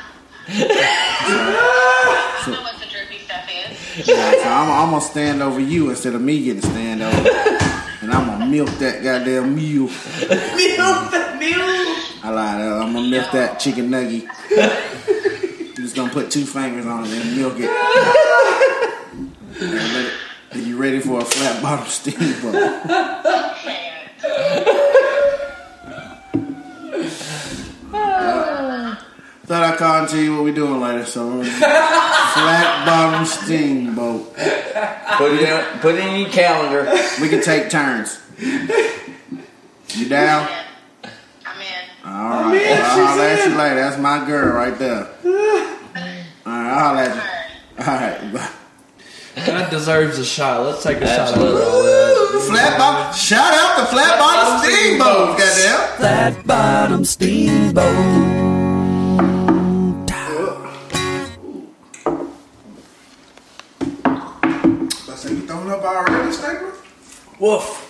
Speaker 7: know what the drippy stuff is.
Speaker 5: Yeah, so I'm, I'm gonna stand over you instead of me getting stand over, and I'm gonna milk that goddamn mule. Milk that mule. I lied. I'm gonna milk that chicken nugget. I'm just gonna put two fingers on it and milk it. And let it- Are you ready for a flat bottom steamboat? Thought I called to you what we doing later, so flat bottom steamboat.
Speaker 4: Put it in, put it in your calendar.
Speaker 5: We can take turns. You down?
Speaker 7: I'm in.
Speaker 5: All right. I'll holler at you later. That's my girl right there. All right, I'll holler at you. All right.
Speaker 2: That deserves a shot. Let's take a
Speaker 4: Absolutely.
Speaker 2: shot. Absolutely.
Speaker 5: Flat bottom. Shout out to Flat Bottom Steamboat. Goddamn.
Speaker 2: Flat bottom steamboat.
Speaker 5: I said, you throwing up already, Stapler?
Speaker 2: Woof.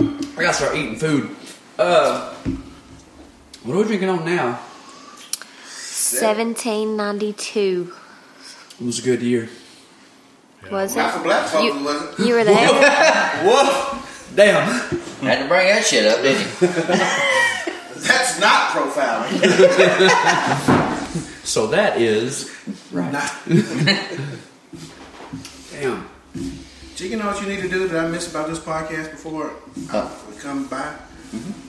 Speaker 2: I gotta start eating food. Uh, what are we drinking on now?
Speaker 7: 1792
Speaker 2: It was a good year.
Speaker 7: was
Speaker 5: Not for
Speaker 7: it?
Speaker 5: black folks,
Speaker 7: You-
Speaker 5: was it?
Speaker 7: You were there.
Speaker 2: Woof. Damn.
Speaker 4: Had to bring that shit up, didn't you?
Speaker 5: That's not profiling.
Speaker 2: So that is.
Speaker 5: Nah.
Speaker 2: Damn.
Speaker 5: Do you know what you need to do that I missed about this podcast before we come by?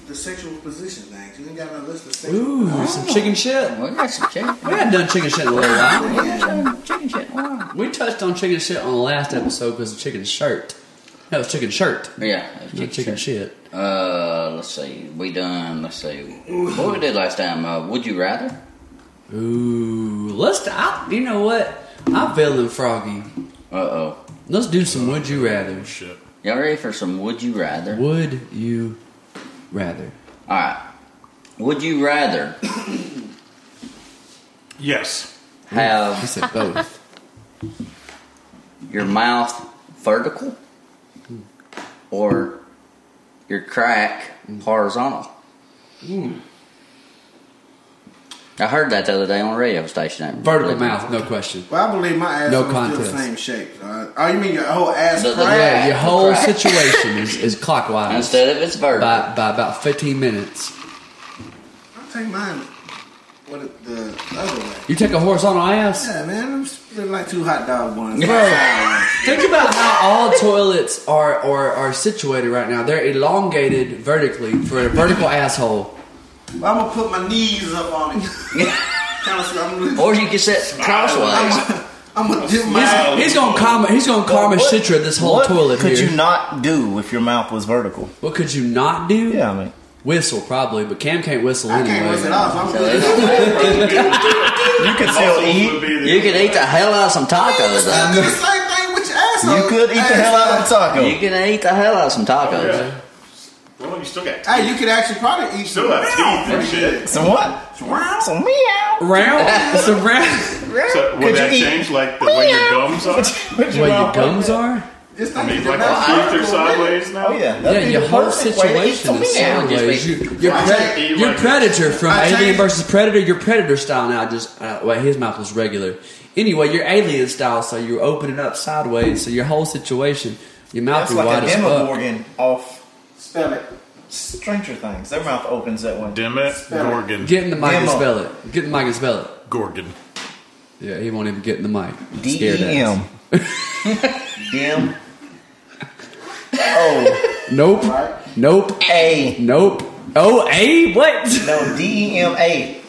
Speaker 5: The sexual position things. You ain't got no list of sexual
Speaker 2: Ooh, some chicken shit.
Speaker 4: We got some chicken.
Speaker 2: We hadn't done chicken shit in a little while.
Speaker 4: We got some chicken shit. Wow.
Speaker 2: We touched on chicken shit on the last episode because of chicken shirt. That was chicken shirt.
Speaker 4: Yeah, that's
Speaker 2: Not chicken shit.
Speaker 4: Uh, let's see. We done. Let's see. What we did last time? Uh, would you rather?
Speaker 2: Ooh, let's. I, you know what? I'm feeling froggy.
Speaker 4: Uh oh.
Speaker 2: Let's do some would you rather.
Speaker 3: Shit.
Speaker 4: Y'all ready for some would you rather?
Speaker 2: Would you rather?
Speaker 4: All right. Would you rather
Speaker 3: Yes.
Speaker 2: He
Speaker 4: have
Speaker 2: said both.
Speaker 4: your mouth vertical or your crack
Speaker 2: Mm.
Speaker 4: horizontal? I heard that the other day on a radio station.
Speaker 2: Vertical mouth, no question.
Speaker 5: Well, I believe my ass
Speaker 2: No
Speaker 5: was still
Speaker 2: contest.
Speaker 5: the same shape. Uh, oh, you mean your whole ass
Speaker 4: The- the-
Speaker 5: crack?
Speaker 2: Yeah, your whole
Speaker 4: Crack.
Speaker 2: situation is, is clockwise
Speaker 4: Instead of it's vertical.
Speaker 2: by, by about 15 minutes.
Speaker 5: I'll take mine. What it- the other way?
Speaker 2: You take a horizontal ass?
Speaker 5: Yeah, man, I'm split like two hot dog ones.
Speaker 2: Bro, think about how all toilets are, are, are situated right now. They're elongated vertically for a vertical asshole.
Speaker 5: I'm gonna put my knees up on it. Kinda so I'm gonna,
Speaker 4: Or you can sit crosswise.
Speaker 5: I'm, I'm gonna dip my.
Speaker 3: Smile.
Speaker 2: He's gonna karma. He's gonna karma
Speaker 6: What-
Speaker 2: Shitra this whole
Speaker 6: what
Speaker 2: toilet
Speaker 6: could
Speaker 2: here.
Speaker 6: you not do if your mouth was vertical?
Speaker 2: what could you not do?
Speaker 6: Yeah, I mean,
Speaker 2: Whistle probably, but Cam can't whistle
Speaker 5: I
Speaker 2: anyway.
Speaker 5: can't rinse it off. I'm
Speaker 4: So it
Speaker 5: good.
Speaker 4: don't matter.
Speaker 6: you could still
Speaker 3: Muscles
Speaker 6: eat.
Speaker 3: would be the-
Speaker 4: You could eat the hell out of some tacos. though.
Speaker 5: Do the same thing with your asshole.
Speaker 6: You could eat the hell out of a taco.
Speaker 4: You can eat the hell out of some tacos.
Speaker 3: Yeah. Well, you still got.
Speaker 5: Hey, you could actually probably eat some.
Speaker 3: Still have teeth and shit.
Speaker 6: Some what? Some meow.
Speaker 2: Round? It's a round.
Speaker 3: So, would
Speaker 6: Could
Speaker 3: that
Speaker 6: you eat-
Speaker 3: change like the way your gums are?
Speaker 6: Would
Speaker 2: Where your gums are?
Speaker 5: Just
Speaker 3: I mean,
Speaker 5: think of the
Speaker 3: like
Speaker 5: best
Speaker 3: the teeth
Speaker 5: vertical
Speaker 3: are sideways now.
Speaker 6: Oh yeah.
Speaker 2: Yeah,
Speaker 6: that'd be
Speaker 2: your
Speaker 6: the
Speaker 2: whole
Speaker 6: perfect way to eat
Speaker 2: situation
Speaker 6: some
Speaker 2: is
Speaker 6: meow.
Speaker 2: sideways. You, you're,
Speaker 5: Why
Speaker 2: pred-
Speaker 3: take-
Speaker 2: you're predator from
Speaker 5: I
Speaker 2: Alien
Speaker 5: take-
Speaker 2: versus Predator. Your Predator style now just uh, well, his mouth was regular. Anyway, your Alien style, so you're opening up sideways. So your whole situation, your mouth
Speaker 6: That's
Speaker 2: is
Speaker 6: like
Speaker 2: wide
Speaker 6: a
Speaker 2: as fuck.
Speaker 6: demogorgon off
Speaker 5: Spell it.
Speaker 6: Stranger Things. Their mouth opens that way.
Speaker 3: Demet Gorgon.
Speaker 2: Get in the mic and
Speaker 6: Demo.
Speaker 2: spell it. Get in the mic and spell it.
Speaker 3: Gorgon.
Speaker 2: Yeah, he won't even get in the mic.
Speaker 6: D
Speaker 2: Scared
Speaker 6: E M.
Speaker 2: ass.
Speaker 6: Dem. O
Speaker 2: Nope.
Speaker 5: Right?
Speaker 2: Nope.
Speaker 6: Oh, A.
Speaker 2: Nope. Oh, A? What?
Speaker 6: No D E M A.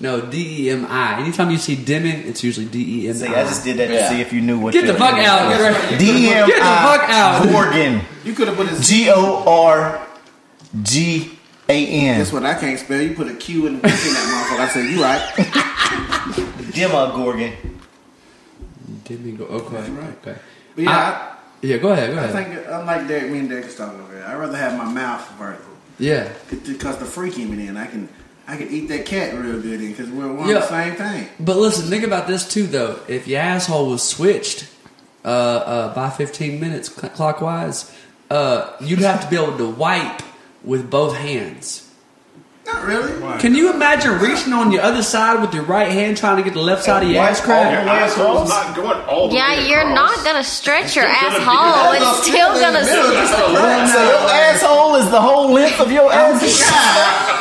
Speaker 2: No, D E M I. Anytime you see Demi, it's usually D E M
Speaker 6: See, I just
Speaker 2: I.
Speaker 6: did that to
Speaker 4: Yeah.
Speaker 6: see if you knew what.
Speaker 2: Get the
Speaker 6: your-
Speaker 2: fuck out. Greg.
Speaker 6: D E M I.
Speaker 2: Get the fuck out.
Speaker 6: Gorgon.
Speaker 5: You could have put a Z.
Speaker 6: G O R G A N.
Speaker 5: That's what I can't spell. You put a Q in the in that motherfucker. I said, you right.
Speaker 6: Demogorgon.
Speaker 2: Demi go. Okay. Okay.
Speaker 5: But yeah,
Speaker 2: Yeah, go ahead. Go
Speaker 5: I, I
Speaker 2: ahead.
Speaker 5: think, unlike Derek, me and Derek was talking over here, I'd rather have my mouth vertical.
Speaker 2: yeah.
Speaker 5: Because the freak in me then. I can I can eat that cat real good in because we're one
Speaker 2: Yeah.
Speaker 5: the same thing.
Speaker 2: But listen, think about this too, though. If your asshole was switched uh, uh, by 15 minutes cl- clockwise, uh, you'd have to be able to wipe with both hands.
Speaker 5: Not really.
Speaker 2: Can you imagine reaching on your other side with your right hand trying to get the left side of your
Speaker 6: wipe
Speaker 2: ass crack?
Speaker 6: all
Speaker 3: Your
Speaker 6: the way
Speaker 3: asshole's not
Speaker 6: across?
Speaker 3: going all the way
Speaker 7: Yeah, you're
Speaker 3: across.
Speaker 7: not gonna stretch your
Speaker 3: still gonna be-
Speaker 7: asshole. It's still gonna.
Speaker 5: It's the crack.
Speaker 6: So your asshole is the whole length of your ass.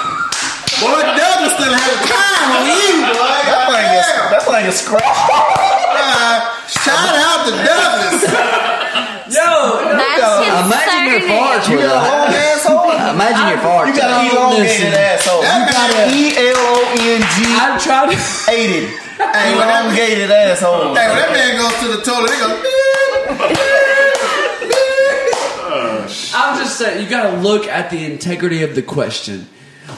Speaker 5: Boy, Douglas still had a time on you, boy.
Speaker 6: That thing is, that thing is scratch.
Speaker 5: Uh, shout out to Douglas.
Speaker 2: Yo,
Speaker 7: That's
Speaker 4: Imagine your farts
Speaker 7: concerning.
Speaker 4: with
Speaker 6: Your
Speaker 4: a,
Speaker 6: whole asshole.
Speaker 4: Imagine your farts.
Speaker 6: You got an
Speaker 2: Listen.
Speaker 6: elongated asshole. You got an E L O N G
Speaker 2: I'm trying to.
Speaker 6: aided,
Speaker 5: Hey, when that, hey,
Speaker 6: elongated asshole.
Speaker 5: when that man goes to the toilet, they go.
Speaker 2: I'm just saying, you gotta look at the integrity of the question.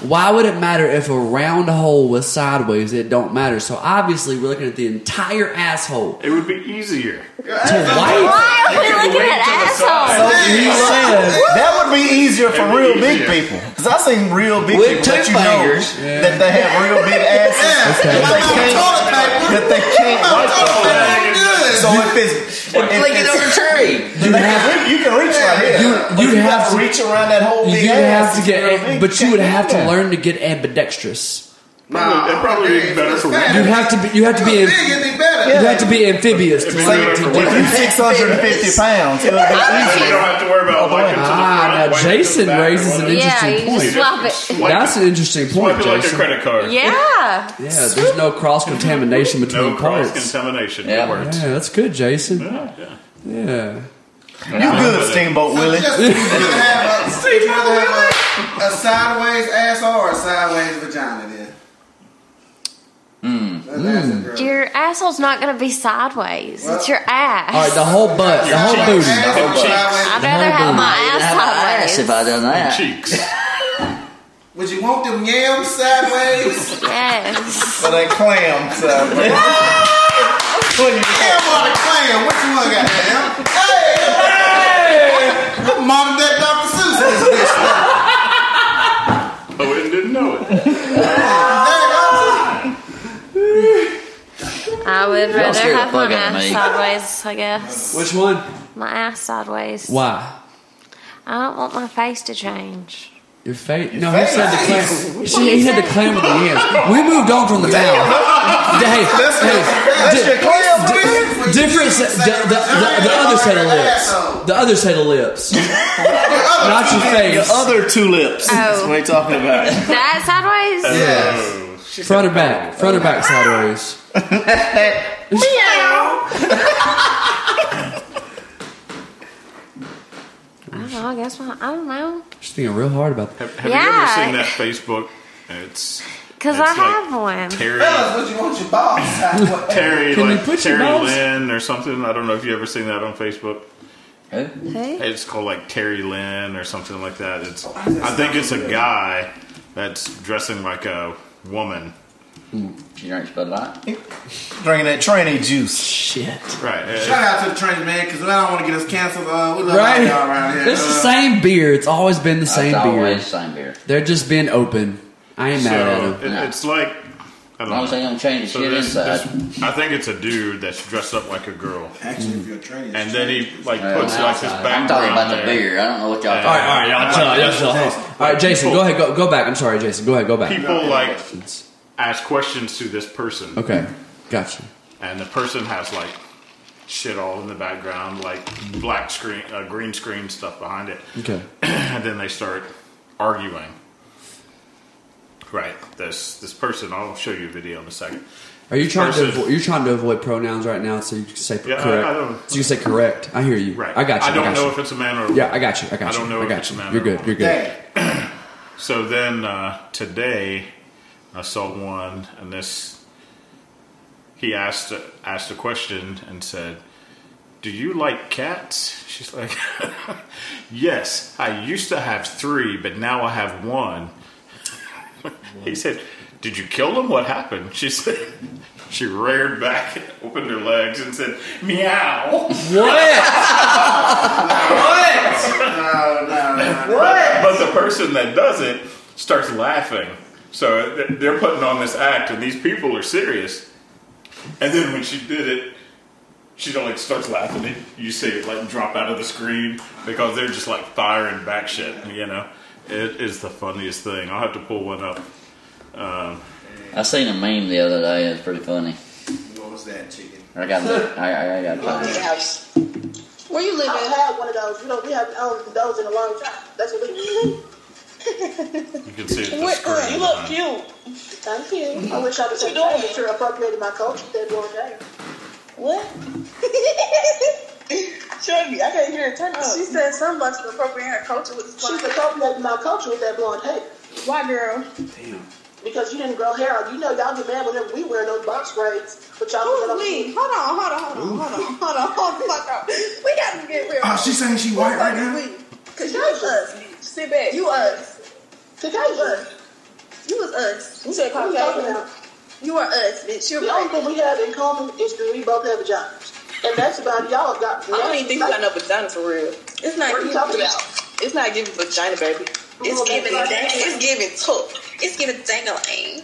Speaker 2: Why would it matter if a round hole was sideways? It don't matter. So obviously, we're looking at the entire asshole.
Speaker 3: It would be easier.
Speaker 2: To wipe,
Speaker 7: Why are we
Speaker 3: can
Speaker 7: looking
Speaker 3: wait
Speaker 7: at
Speaker 3: till the
Speaker 7: assholes?
Speaker 3: side.
Speaker 6: So you said that would be easier for
Speaker 3: It'd be
Speaker 6: real
Speaker 3: easier.
Speaker 6: big people. Cause I seen real big
Speaker 4: With
Speaker 6: people
Speaker 4: two
Speaker 6: that you know
Speaker 4: fingers.
Speaker 6: that they have real big asses.
Speaker 2: Okay.
Speaker 6: That they can't, that they can't wipe
Speaker 3: Oh,
Speaker 6: with. So if it's, if
Speaker 4: Flick it
Speaker 6: it's
Speaker 4: over the tree.
Speaker 6: you, can, you can reach right here.
Speaker 2: You-
Speaker 6: but
Speaker 2: you'd
Speaker 6: you
Speaker 2: have
Speaker 6: gotta
Speaker 2: to-
Speaker 6: reach around that whole big
Speaker 2: you'd
Speaker 6: ass.
Speaker 2: have to
Speaker 6: It's real
Speaker 2: get,
Speaker 6: big.
Speaker 2: but you would have to
Speaker 6: Yeah.
Speaker 2: learn to get ambidextrous.
Speaker 3: Probably- it'd probably be better for women.
Speaker 2: You have to be, you have to be,
Speaker 5: Big,
Speaker 2: am-
Speaker 5: it'd be better.
Speaker 2: you have to be amphibious to, to,
Speaker 3: If you-
Speaker 2: do
Speaker 6: If
Speaker 2: it.
Speaker 6: you 650 pounds, it'll
Speaker 3: You
Speaker 6: be easier.
Speaker 3: don't have to worry about wiping to the front.
Speaker 2: Ah, now
Speaker 3: wiping to the
Speaker 2: Jason
Speaker 3: back,
Speaker 2: raises an
Speaker 3: wiping-
Speaker 7: Yeah,
Speaker 2: interesting
Speaker 7: you
Speaker 2: point.
Speaker 7: just swap it.
Speaker 3: Swipe
Speaker 2: That's an interesting
Speaker 3: Swipe
Speaker 2: point,
Speaker 3: it like a
Speaker 2: Jason.
Speaker 3: credit card.
Speaker 7: Yeah.
Speaker 2: Yeah, there's no cross contamination between
Speaker 3: No cross
Speaker 2: parts.
Speaker 3: contamination.
Speaker 4: Yeah.
Speaker 3: It worked.
Speaker 2: Yeah, that's good, Jason.
Speaker 3: Yeah, yeah.
Speaker 2: Yeah.
Speaker 6: You good, Steamboat Willie.
Speaker 5: Just would you rather have, a, would you rather have a, a sideways asshole or a sideways vagina then?
Speaker 2: Hmm.
Speaker 5: Mm.
Speaker 7: Your asshole's not gonna be sideways. It's your
Speaker 2: All right,
Speaker 7: ass.
Speaker 2: the whole butt, the whole
Speaker 3: Cheeks.
Speaker 2: booty.
Speaker 3: Double cheeks.
Speaker 7: I'd rather have my
Speaker 4: I'd have
Speaker 7: ass
Speaker 4: ass if
Speaker 7: sideways.
Speaker 4: I done that.
Speaker 3: Cheeks.
Speaker 5: Would you want them yams sideways?
Speaker 7: Yes.
Speaker 6: So they clam, so.
Speaker 5: Yam or the clam? Which one got that?
Speaker 3: Oh, and didn't know it.
Speaker 7: I would
Speaker 4: Y'all
Speaker 7: rather
Speaker 4: scared the
Speaker 7: have my
Speaker 4: fuck out of
Speaker 7: ass
Speaker 4: me.
Speaker 7: sideways, I guess.
Speaker 2: Which one?
Speaker 7: My ass sideways.
Speaker 2: Why?
Speaker 7: I don't want my face to change.
Speaker 2: Your face? No, he said the clam. She, he
Speaker 7: you
Speaker 2: said the
Speaker 7: say?
Speaker 2: clam with the yams. We moved on from the towel. hey, hey, di- di- different. se- the, the, the, the other set of lips. The other set of lips. Not your face.
Speaker 6: Other two lips. That's
Speaker 7: Oh.
Speaker 6: what you're talking about.
Speaker 7: That sideways?
Speaker 3: Oh.
Speaker 2: Front or back? Front or back sideways?
Speaker 7: I don't know. I guess my, I don't know.
Speaker 2: She's thinking real hard about that.
Speaker 3: Have, have
Speaker 7: Yeah.
Speaker 3: you ever seen that Facebook? It's
Speaker 7: Because
Speaker 3: It's
Speaker 7: I
Speaker 3: like-
Speaker 7: have one.
Speaker 3: Terry.
Speaker 5: what you want your boss?
Speaker 3: Terry,
Speaker 2: Can you
Speaker 3: like
Speaker 2: put your
Speaker 3: Terry
Speaker 2: mouse-
Speaker 3: Lynn or something. I don't know if you ever seen that on Facebook.
Speaker 7: Who?
Speaker 3: It's called like Terry Lynn or something like that. It's I think it's a guy that's dressing like a woman.
Speaker 4: She drinks Bud Light.
Speaker 6: Drinking that trainee juice.
Speaker 2: Shit.
Speaker 3: Right.
Speaker 5: Shout
Speaker 3: uh,
Speaker 5: out to the train man, because I don't want to get us canceled. Uh, we love
Speaker 2: Right?
Speaker 5: all y'all around here.
Speaker 2: It's the
Speaker 5: Uh,
Speaker 2: same beer. It's always been the same
Speaker 4: It's
Speaker 2: beer.
Speaker 4: always same beer.
Speaker 2: They're just being open. I ain't mad at
Speaker 3: So
Speaker 2: them.
Speaker 3: it,
Speaker 4: Yeah.
Speaker 3: it's like I
Speaker 4: As long
Speaker 3: don't
Speaker 4: as they
Speaker 3: know.
Speaker 4: don't change
Speaker 3: So
Speaker 4: the shit uh,
Speaker 3: this-
Speaker 4: inside.
Speaker 3: this- I think it's a dude that's dressed up like a girl,
Speaker 5: Actually, if you're a train, it's
Speaker 3: and then he like
Speaker 4: Yeah,
Speaker 3: puts like this background.
Speaker 4: I'm talking about the
Speaker 3: there.
Speaker 4: beer. I don't know what y'all
Speaker 2: All
Speaker 4: talking
Speaker 2: right, all right, y'all chill, y'all chill. All right, Jason, go ahead, go, go back. I'm sorry, Jason, go ahead, go back.
Speaker 3: People like ask questions to this person.
Speaker 2: Okay, gotcha.
Speaker 3: and the person has like shit all in the background, like black screen, uh, green screen stuff behind it.
Speaker 2: Okay.
Speaker 3: and then they start arguing. Right. This this person, I'll show you a video in a second.
Speaker 2: Are you trying to
Speaker 3: Versus-
Speaker 2: avo- you're trying to avoid pronouns right now so you can say
Speaker 3: Yeah, I-
Speaker 2: correct?
Speaker 3: I don't-
Speaker 2: so you say correct. I hear you.
Speaker 3: Right.
Speaker 2: I got you.
Speaker 3: I don't
Speaker 2: got
Speaker 3: know
Speaker 2: you.
Speaker 3: if it's a man or a
Speaker 2: yeah, I got you. I got
Speaker 3: I
Speaker 2: you.
Speaker 3: don't know
Speaker 2: I
Speaker 3: if
Speaker 2: got
Speaker 3: it's
Speaker 2: you.
Speaker 3: a man
Speaker 2: You're
Speaker 3: or
Speaker 2: good.
Speaker 3: woman.
Speaker 2: You're good.
Speaker 5: Dang.
Speaker 3: So then uh, today, I saw one, and this he asked asked a question and said, "Do you like cats?" She's like, "Yes, I used to have three, but now I have one." he said, "Did you kill them? What happened?" She said. She reared back, opened her legs, and said, "Meow."
Speaker 2: What?
Speaker 3: But, but the person that does it starts laughing. So th- they're putting on this act, and these people are serious. And then when she did it, she don't like starts laughing. And you see it like drop out of the screen because they're just like firing back shit. You know, it is the funniest thing. I'll have to pull one up.
Speaker 4: about. I seen a meme the other day. It's pretty funny.
Speaker 5: What was that chicken?
Speaker 4: I got to I, I, I got to
Speaker 10: Where you live? I had one of those. You know, we haven't owned those in a long time. That's what we.
Speaker 3: You can see it at the
Speaker 10: Where-
Speaker 3: screen. Uh-huh.
Speaker 10: you uh, look cute. Thank you. I wish I could take a picture appropriating my culture that one day. What? Show me. I can't hear it. Turn up. She said something about you appropriating her culture with this blonde She's appropriating my culture with that blonde hair. Why, girl? Damn. Because you didn't grow hair out. You know, y'all get mad whenever we wear those box braids. But y'all Who's don't we? Hold on, hold on, hold on, hold on, hold on, hold the fuck up. We gotta get real.
Speaker 5: Oh, she's saying she white right now?
Speaker 10: Cause you was us. Sit back. You us. Caucasian. You was us. You said Caucasian. You are us, bitch. You're the only thing we have in common is that we both have vaginas, and that's about y'all got. I don't even think you got no vagina for real. It's not. What are you talking about? It's not giving vagina, baby. It's giving. It's giving took. It's giving dangling.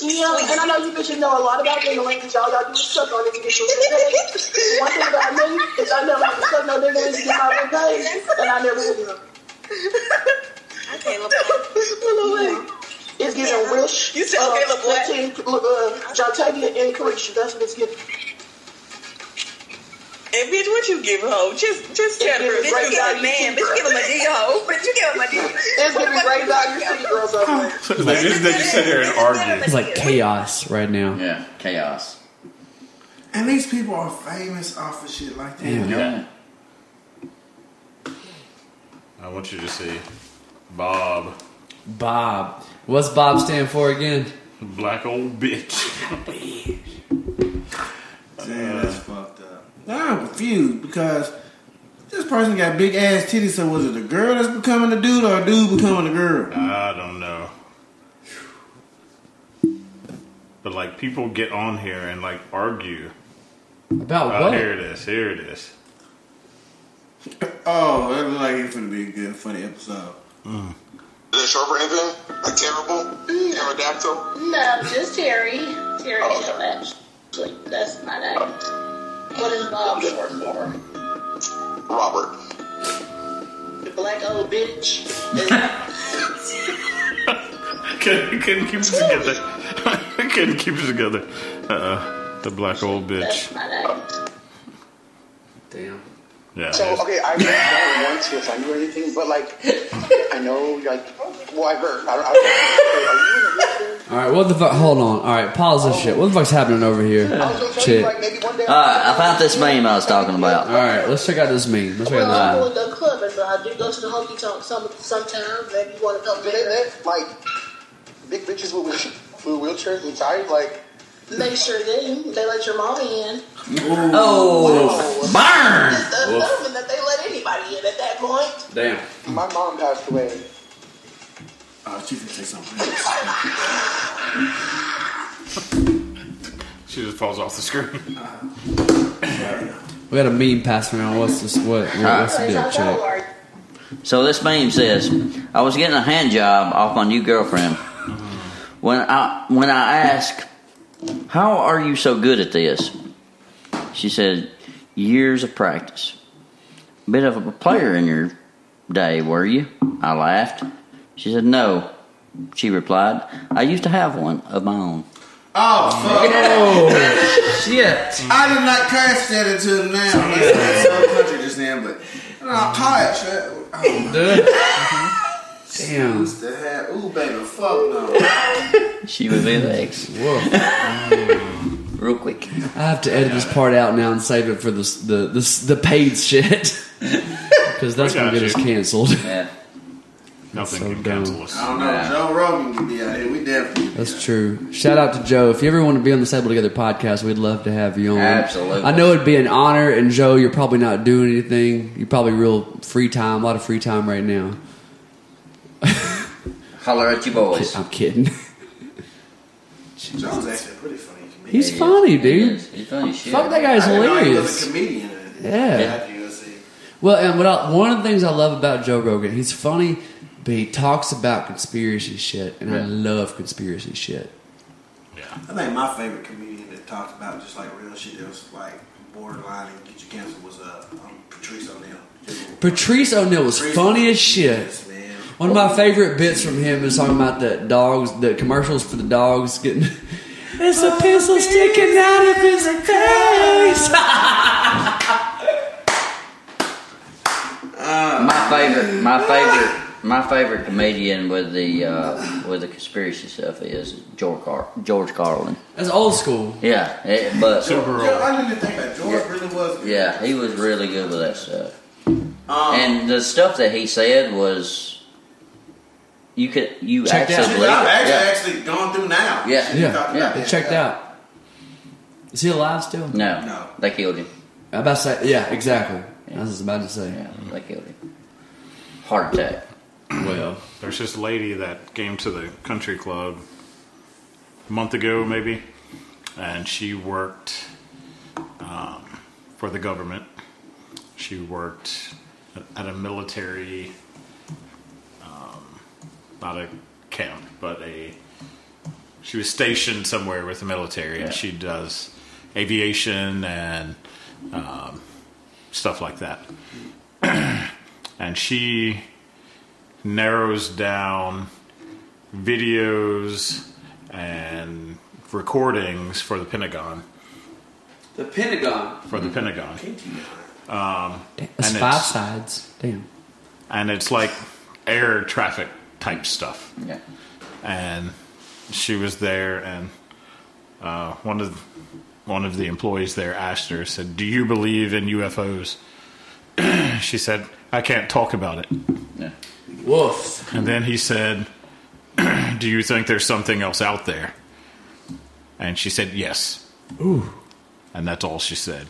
Speaker 10: Yeah, and I know you bitches know a lot about dangling because y'all y'all do suck on it. One thing about me is I never had to suck no dangling to get my revenge, and I never will. I can't look It's getting wish. You said okay, look what? Look, uh, Jotavia and Carisha. That's what it's getting. And bitch, what you give ho? Just, just tell her. Bitch, you give a man. Bitch, you give him a D ho. Bitch, you give him a D. It's giving raised out your city girls up. there.
Speaker 3: they just, they just sit here and argue.
Speaker 2: It's like chaos right now.
Speaker 4: Yeah, chaos.
Speaker 5: And these people are famous off of shit like that.
Speaker 4: Yeah.
Speaker 3: I want you to see Bob,
Speaker 2: Bob. What's Bob stand for again?
Speaker 3: black old bitch.
Speaker 5: Damn, that's fucked up. Now I'm confused because this person got big ass titties. So was it a girl that's becoming a dude or a dude becoming a girl?
Speaker 3: I don't know. But like people get on here and like argue.
Speaker 2: About
Speaker 3: Oh,
Speaker 2: what?
Speaker 3: here it is. Here it is.
Speaker 5: Oh, that look like it's gonna be a good funny episode.
Speaker 11: Is that short for anything? Like terrible? Pterodactyl?
Speaker 10: No, just Terry. Terry Hill, actually. That's my name. What is Bob short for?
Speaker 11: Robert.
Speaker 10: The black old bitch.
Speaker 3: Couldn't couldn't keep it together. couldn't keep it together. Uh, the black old bitch.
Speaker 10: That's my name.
Speaker 2: Damn.
Speaker 3: Yeah.
Speaker 12: So okay, I've done it once if I knew anything, but like I know like well I've heard. I don't, I don't, okay,
Speaker 2: All right, what the fuck? Hold on. All right, pause this shit. What the fuck's happening over here? Shit. All
Speaker 4: right, I found this meme I was talking about.
Speaker 2: All right, let's check out this meme. Let's check
Speaker 10: Well, I go
Speaker 2: out
Speaker 10: in the club, but I do go to the honky tonk some sometimes. Maybe you want to come
Speaker 12: Do they let like big bitches with wheel- with wheelchairs inside? Like
Speaker 10: Make sure they they let your mama in.
Speaker 12: Oh,
Speaker 4: burn!
Speaker 10: It's assuming that they let anybody in at that point.
Speaker 2: Damn.
Speaker 12: My mom passed away.
Speaker 5: Oh, she can say something.
Speaker 3: She just falls off the screen.
Speaker 2: this. We got a meme passing around. What's this? What? What's the deal? Check.
Speaker 4: So this meme says, "I was getting a hand job off my new girlfriend. When I when I asked, how are you so good at this?' She said, years of practice. Bit of a player in your day, were you? I laughed. She said, no. She replied, I used to have one of my own.
Speaker 5: Oh, fuck.
Speaker 2: Oh,
Speaker 4: shit.
Speaker 5: I did not catch that until now. Like, I said some country just now, but no, I'm tired. shit.
Speaker 2: Damn.
Speaker 5: Used to have- Ooh, baby, fuck no.
Speaker 4: She was in X. Real quick.
Speaker 2: I have to edit this part out now and save it for this, the this, the paid shit because that's
Speaker 5: We
Speaker 2: gonna
Speaker 5: got
Speaker 2: get us
Speaker 5: you.
Speaker 2: canceled.
Speaker 4: Yeah,
Speaker 3: nothing
Speaker 2: can cancel us.
Speaker 5: I don't know. Joe Rogan could be out here. We definitely.
Speaker 2: That's true. Shout out to Joe. If you ever want to be on the Sable Together podcast, we'd love to have you on.
Speaker 4: Absolutely.
Speaker 2: I know it'd be an honor. And Joe, you're probably not doing anything. You're probably real free time. A lot of free time right now.
Speaker 4: Holler at you boys.
Speaker 2: I'm kidding.
Speaker 5: Joe's actually a pretty funny. comedian.
Speaker 2: He's funny, dude.
Speaker 4: He's funny as shit.
Speaker 2: Fuck that guy's
Speaker 5: I didn't know he was
Speaker 2: hilarious.
Speaker 5: a comedian.
Speaker 2: Yeah.
Speaker 5: you see.
Speaker 2: Well, and what I, one of the things I love about Joe Rogan, he's funny, but he talks about conspiracy shit, and I
Speaker 5: Yeah.
Speaker 2: love conspiracy shit.
Speaker 5: I think my favorite comedian that talked about just like real shit that was like borderline and get you canceled was uh, um, Patrice O'Neill.
Speaker 2: Patrice O'Neill was funny as shit. One of my favorite bits from him is talking about the dogs, the commercials for the dogs getting. It's a pencil sticking out of his face.
Speaker 4: my favorite, my favorite, my favorite comedian with the uh, with the conspiracy stuff is George Car- George Carlin.
Speaker 2: That's old school.
Speaker 4: Yeah, it- but
Speaker 5: Yo, I didn't even think that George really was. Um,
Speaker 4: yeah, he was really good with that stuff. and the stuff that he said was you could you
Speaker 5: Check
Speaker 4: actually
Speaker 5: that.
Speaker 4: believe
Speaker 5: I've
Speaker 4: it.
Speaker 5: actually,
Speaker 4: Yeah.
Speaker 5: actually gone through now.
Speaker 4: Yeah,
Speaker 2: Yeah,
Speaker 4: yeah.
Speaker 2: It checked out. Is he alive still?
Speaker 4: No, they killed him.
Speaker 2: I about to say, yeah, exactly. I was just about to say.
Speaker 4: Yeah, they killed him. Heart attack.
Speaker 2: Well,
Speaker 3: there's this lady that came to the country club a month ago, maybe, and she worked um, for the government. She worked at a military, um, not a camp, but a. She was stationed somewhere with the military, and she does aviation and um, stuff like that. and she narrows down videos and recordings for the Pentagon.
Speaker 2: The Pentagon.
Speaker 3: For the Pentagon. Um,
Speaker 2: That's
Speaker 3: and
Speaker 2: five
Speaker 3: it's-
Speaker 2: sides. Damn.
Speaker 3: and it's like air traffic type stuff.
Speaker 4: Yeah.
Speaker 3: And she was there, and uh, one of one of the employees there asked her, said, "Do you believe in UFOs?" she said, "I can't talk about it."
Speaker 4: Yeah.
Speaker 2: Woof.
Speaker 3: And then he said, "Do you think there's something else out there?" And she said, "Yes."
Speaker 2: Ooh.
Speaker 3: And that's all she said.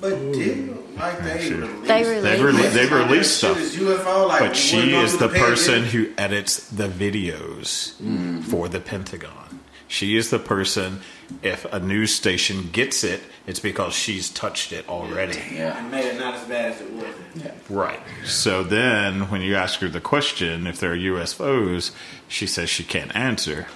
Speaker 5: But did like they
Speaker 3: Sure.
Speaker 5: released?
Speaker 7: They
Speaker 3: They've, rele- they've released stuff.
Speaker 5: Shit is UFO, like,
Speaker 3: but
Speaker 5: we're
Speaker 3: she
Speaker 5: going
Speaker 3: is
Speaker 5: through
Speaker 3: the
Speaker 5: the
Speaker 3: person who edits the videos for the Pentagon. She is the person. If a news station gets it, it's because she's touched it already.
Speaker 5: I made it not as bad as it was.
Speaker 3: Right. So then, when you ask her the question if there are UFOs, she says she can't answer.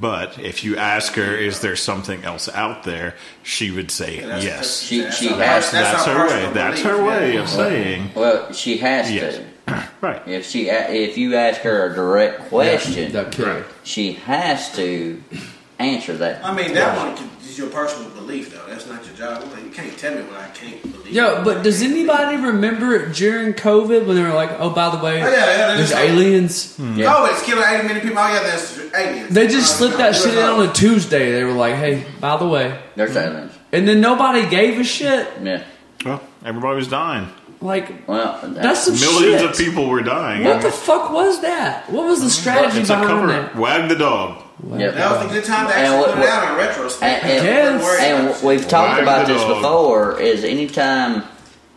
Speaker 3: But if you ask her, is there something else out there? She would say
Speaker 4: Yeah, that's-
Speaker 3: yes.
Speaker 4: She- that's- she
Speaker 3: that's,
Speaker 4: has- that's
Speaker 3: that's
Speaker 4: her
Speaker 3: her way.
Speaker 4: personal
Speaker 3: That's
Speaker 4: belief,
Speaker 3: her way
Speaker 4: yeah.
Speaker 3: of saying.
Speaker 4: Well, she has to.
Speaker 3: right.
Speaker 4: If she, a- if you ask her a direct question,
Speaker 2: Right.
Speaker 4: she has to answer that.
Speaker 5: I mean, that one is your personal belief, though. That's not your job. Like, you can't tell me what I can't believe.
Speaker 2: Yo, but does anybody remember during COVID when they were like, "Oh, by the way,
Speaker 5: Oh, yeah, yeah, they
Speaker 2: there's
Speaker 5: just-
Speaker 2: aliens"?
Speaker 5: Oh, it's killing 80 million people. Oh, yeah, that's aliens.
Speaker 2: They just slipped that shit in
Speaker 5: on
Speaker 2: on a Tuesday. They were like, "Hey, by the way,
Speaker 4: there's aliens,"
Speaker 2: and then nobody gave a shit.
Speaker 4: Yeah.
Speaker 3: Well, everybody was dying.
Speaker 2: Like,
Speaker 4: Well,
Speaker 2: That's some
Speaker 3: millions
Speaker 2: Oh, shit.
Speaker 3: of people were dying.
Speaker 2: what the fuck was that? What was the strategy
Speaker 3: it's a
Speaker 2: behind
Speaker 3: cover.
Speaker 2: that?
Speaker 3: Wag the dog.
Speaker 5: That was a good time to actually
Speaker 4: what-
Speaker 5: put it
Speaker 4: what-
Speaker 5: out in retrospect.
Speaker 4: And, and- and we've talked about this before. Is anytime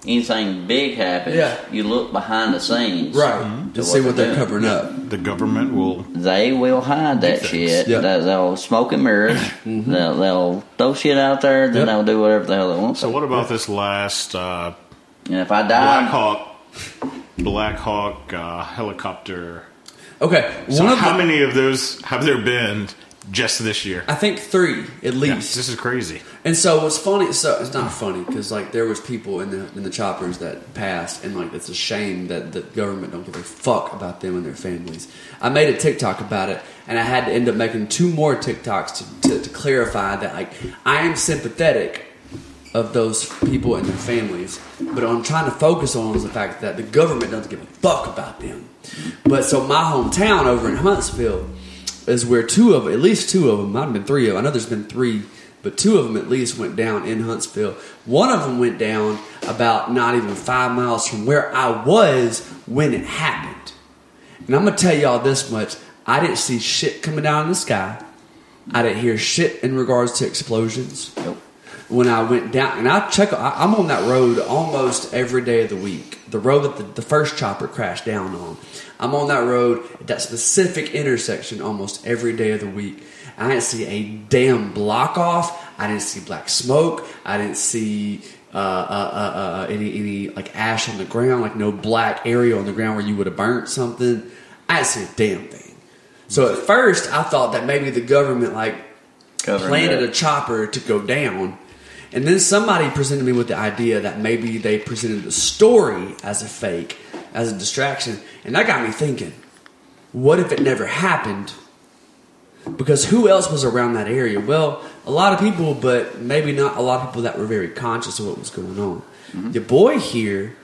Speaker 4: anything big happens,
Speaker 2: Yeah.
Speaker 4: you look behind the scenes,
Speaker 2: Right.
Speaker 3: Hmm.
Speaker 2: To see what they're covering up.
Speaker 3: The government will.
Speaker 4: They will hide that shit.
Speaker 2: Yeah. Mm-hmm.
Speaker 4: They, will smoke and mirrors. they'll, they'll throw shit out there.
Speaker 3: Yep.
Speaker 4: Then they'll do whatever the hell they want.
Speaker 3: So what about this last? Uh,
Speaker 4: and if I
Speaker 2: Um,
Speaker 4: die,
Speaker 3: Black Hawk, Black Hawk uh, helicopter.
Speaker 2: Okay,
Speaker 3: So
Speaker 2: one of
Speaker 3: how
Speaker 2: the-
Speaker 3: many of those have there been just this year?
Speaker 2: I think three at least.
Speaker 3: this is crazy.
Speaker 2: And so what's funny? So it's not funny because like there was people in the in the choppers that passed, and like it's a shame that the government don't give a fuck about them and their families. I made a TikTok about it, and I had to end up making two more TikToks to, to, to clarify that like I am sympathetic of those people and their families, but what I'm trying to focus on is the fact that the government doesn't give a fuck about them. But so my hometown over in Huntsville is where two of at least two of them might have been three of 'em, I know there's been three, but two of them at least went down in Huntsville. One of them went down about not even five miles from where I was when it happened. And I'm gonna tell y'all this much: I didn't see shit coming down in the sky. I didn't hear shit in regards to explosions. When I went down, and I check, I, I'm on that road almost every day of the week. The road that the, the first chopper crashed down on. I'm on that road at that specific intersection almost every day of the week. I didn't see a damn block off. I didn't see black smoke. I didn't see uh, uh, uh, uh, any any like ash on the ground, like no black area on the ground where you would have burnt something. I didn't see a damn thing. So at first, I thought that maybe the government like
Speaker 4: Covering
Speaker 2: planted
Speaker 4: it.
Speaker 2: a chopper to go down, and then somebody presented me with the idea that maybe they presented the story as a fake, as a distraction, and that got me thinking: what if it never happened? Because who else was around that area? Well, a lot of people, but maybe not a lot of people that were very conscious of what was going on. Your boy here,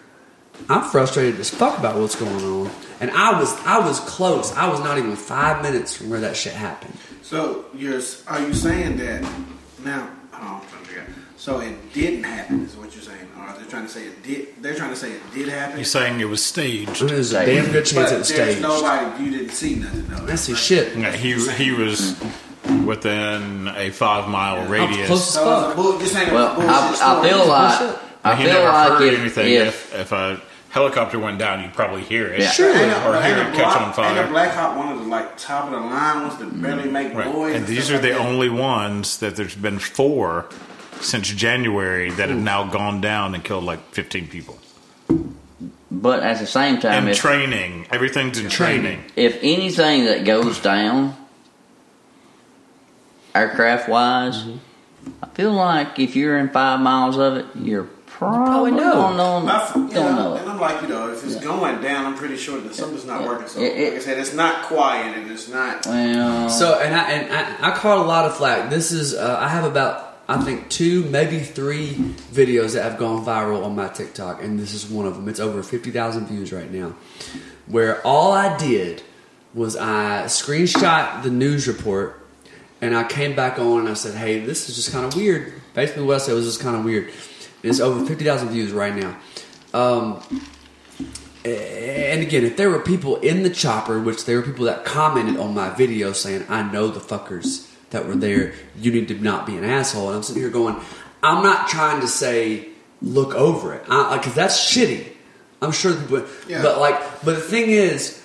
Speaker 2: I'm frustrated as fuck about what's going on, and I was I was close. I was not even five minutes from where that shit happened.
Speaker 5: So, you're, s- are you saying that now? Hold on, I'm trying to figure out. So it didn't happen, is what you're saying? Or they're trying to say it did? They're trying to say it did happen.
Speaker 3: You're saying it was staged.
Speaker 2: There's a damn good chance
Speaker 5: But
Speaker 2: it was
Speaker 5: there's
Speaker 2: staged.
Speaker 5: Nobody, you didn't see nothing though.
Speaker 2: That's his shit.
Speaker 3: Yeah, he he was within a five mile radius.
Speaker 5: So it's a bull, you're saying it
Speaker 4: Well,
Speaker 5: was a bullshit
Speaker 4: I- I
Speaker 5: story.
Speaker 4: feel like- I
Speaker 3: But he
Speaker 4: feel
Speaker 3: never
Speaker 4: like
Speaker 3: heard
Speaker 4: if-
Speaker 3: anything.
Speaker 4: if-
Speaker 3: If, if a helicopter went down, you'd probably hear it.
Speaker 5: Sure.
Speaker 3: or
Speaker 5: Ain't a,
Speaker 3: hear
Speaker 5: ain't
Speaker 3: it
Speaker 5: a
Speaker 3: catch
Speaker 5: black,
Speaker 3: on
Speaker 5: Ain't a
Speaker 3: fire.
Speaker 5: black hot one of the like top of the line ones that barely make
Speaker 3: Right.
Speaker 5: noise.
Speaker 3: And these are the only ones that there's been four since January that have now gone down and killed like 15 people.
Speaker 4: but at the same time,
Speaker 3: And
Speaker 4: if,
Speaker 3: training. Everything's in training.
Speaker 4: if anything that goes down, aircraft wise,
Speaker 2: Mm-hmm.
Speaker 4: I feel like if you're in five miles of it, you're probably,
Speaker 5: know.
Speaker 4: don't know.
Speaker 5: I f- you
Speaker 4: don't
Speaker 5: know,
Speaker 4: know.
Speaker 5: and I'm like, you know, if it's going down, I'm pretty sure that something's not working. So,
Speaker 4: Yeah,
Speaker 5: like I said, it's not quiet and it's not.
Speaker 4: Well,
Speaker 2: So and I and I, I caught a lot of flack. This is uh, I have about I think two maybe three videos that have gone viral on my TikTok, and this is one of them. It's over fifty thousand views right now. Where all I did was I screenshot the news report, and I came back on and I said, "Hey, this is just kind of weird." Basically, what I said was just kind of weird. It's over fifty thousand views right now. Um, and again, if there were people in the chopper, which there were people that commented on my video saying, I know the fuckers that were there, you need to not be an asshole. And I'm sitting here going, I'm not trying to say, look over it. Because like 'cause that's shitty. I'm sure, the people,
Speaker 5: Yeah.
Speaker 2: but like, but the thing is,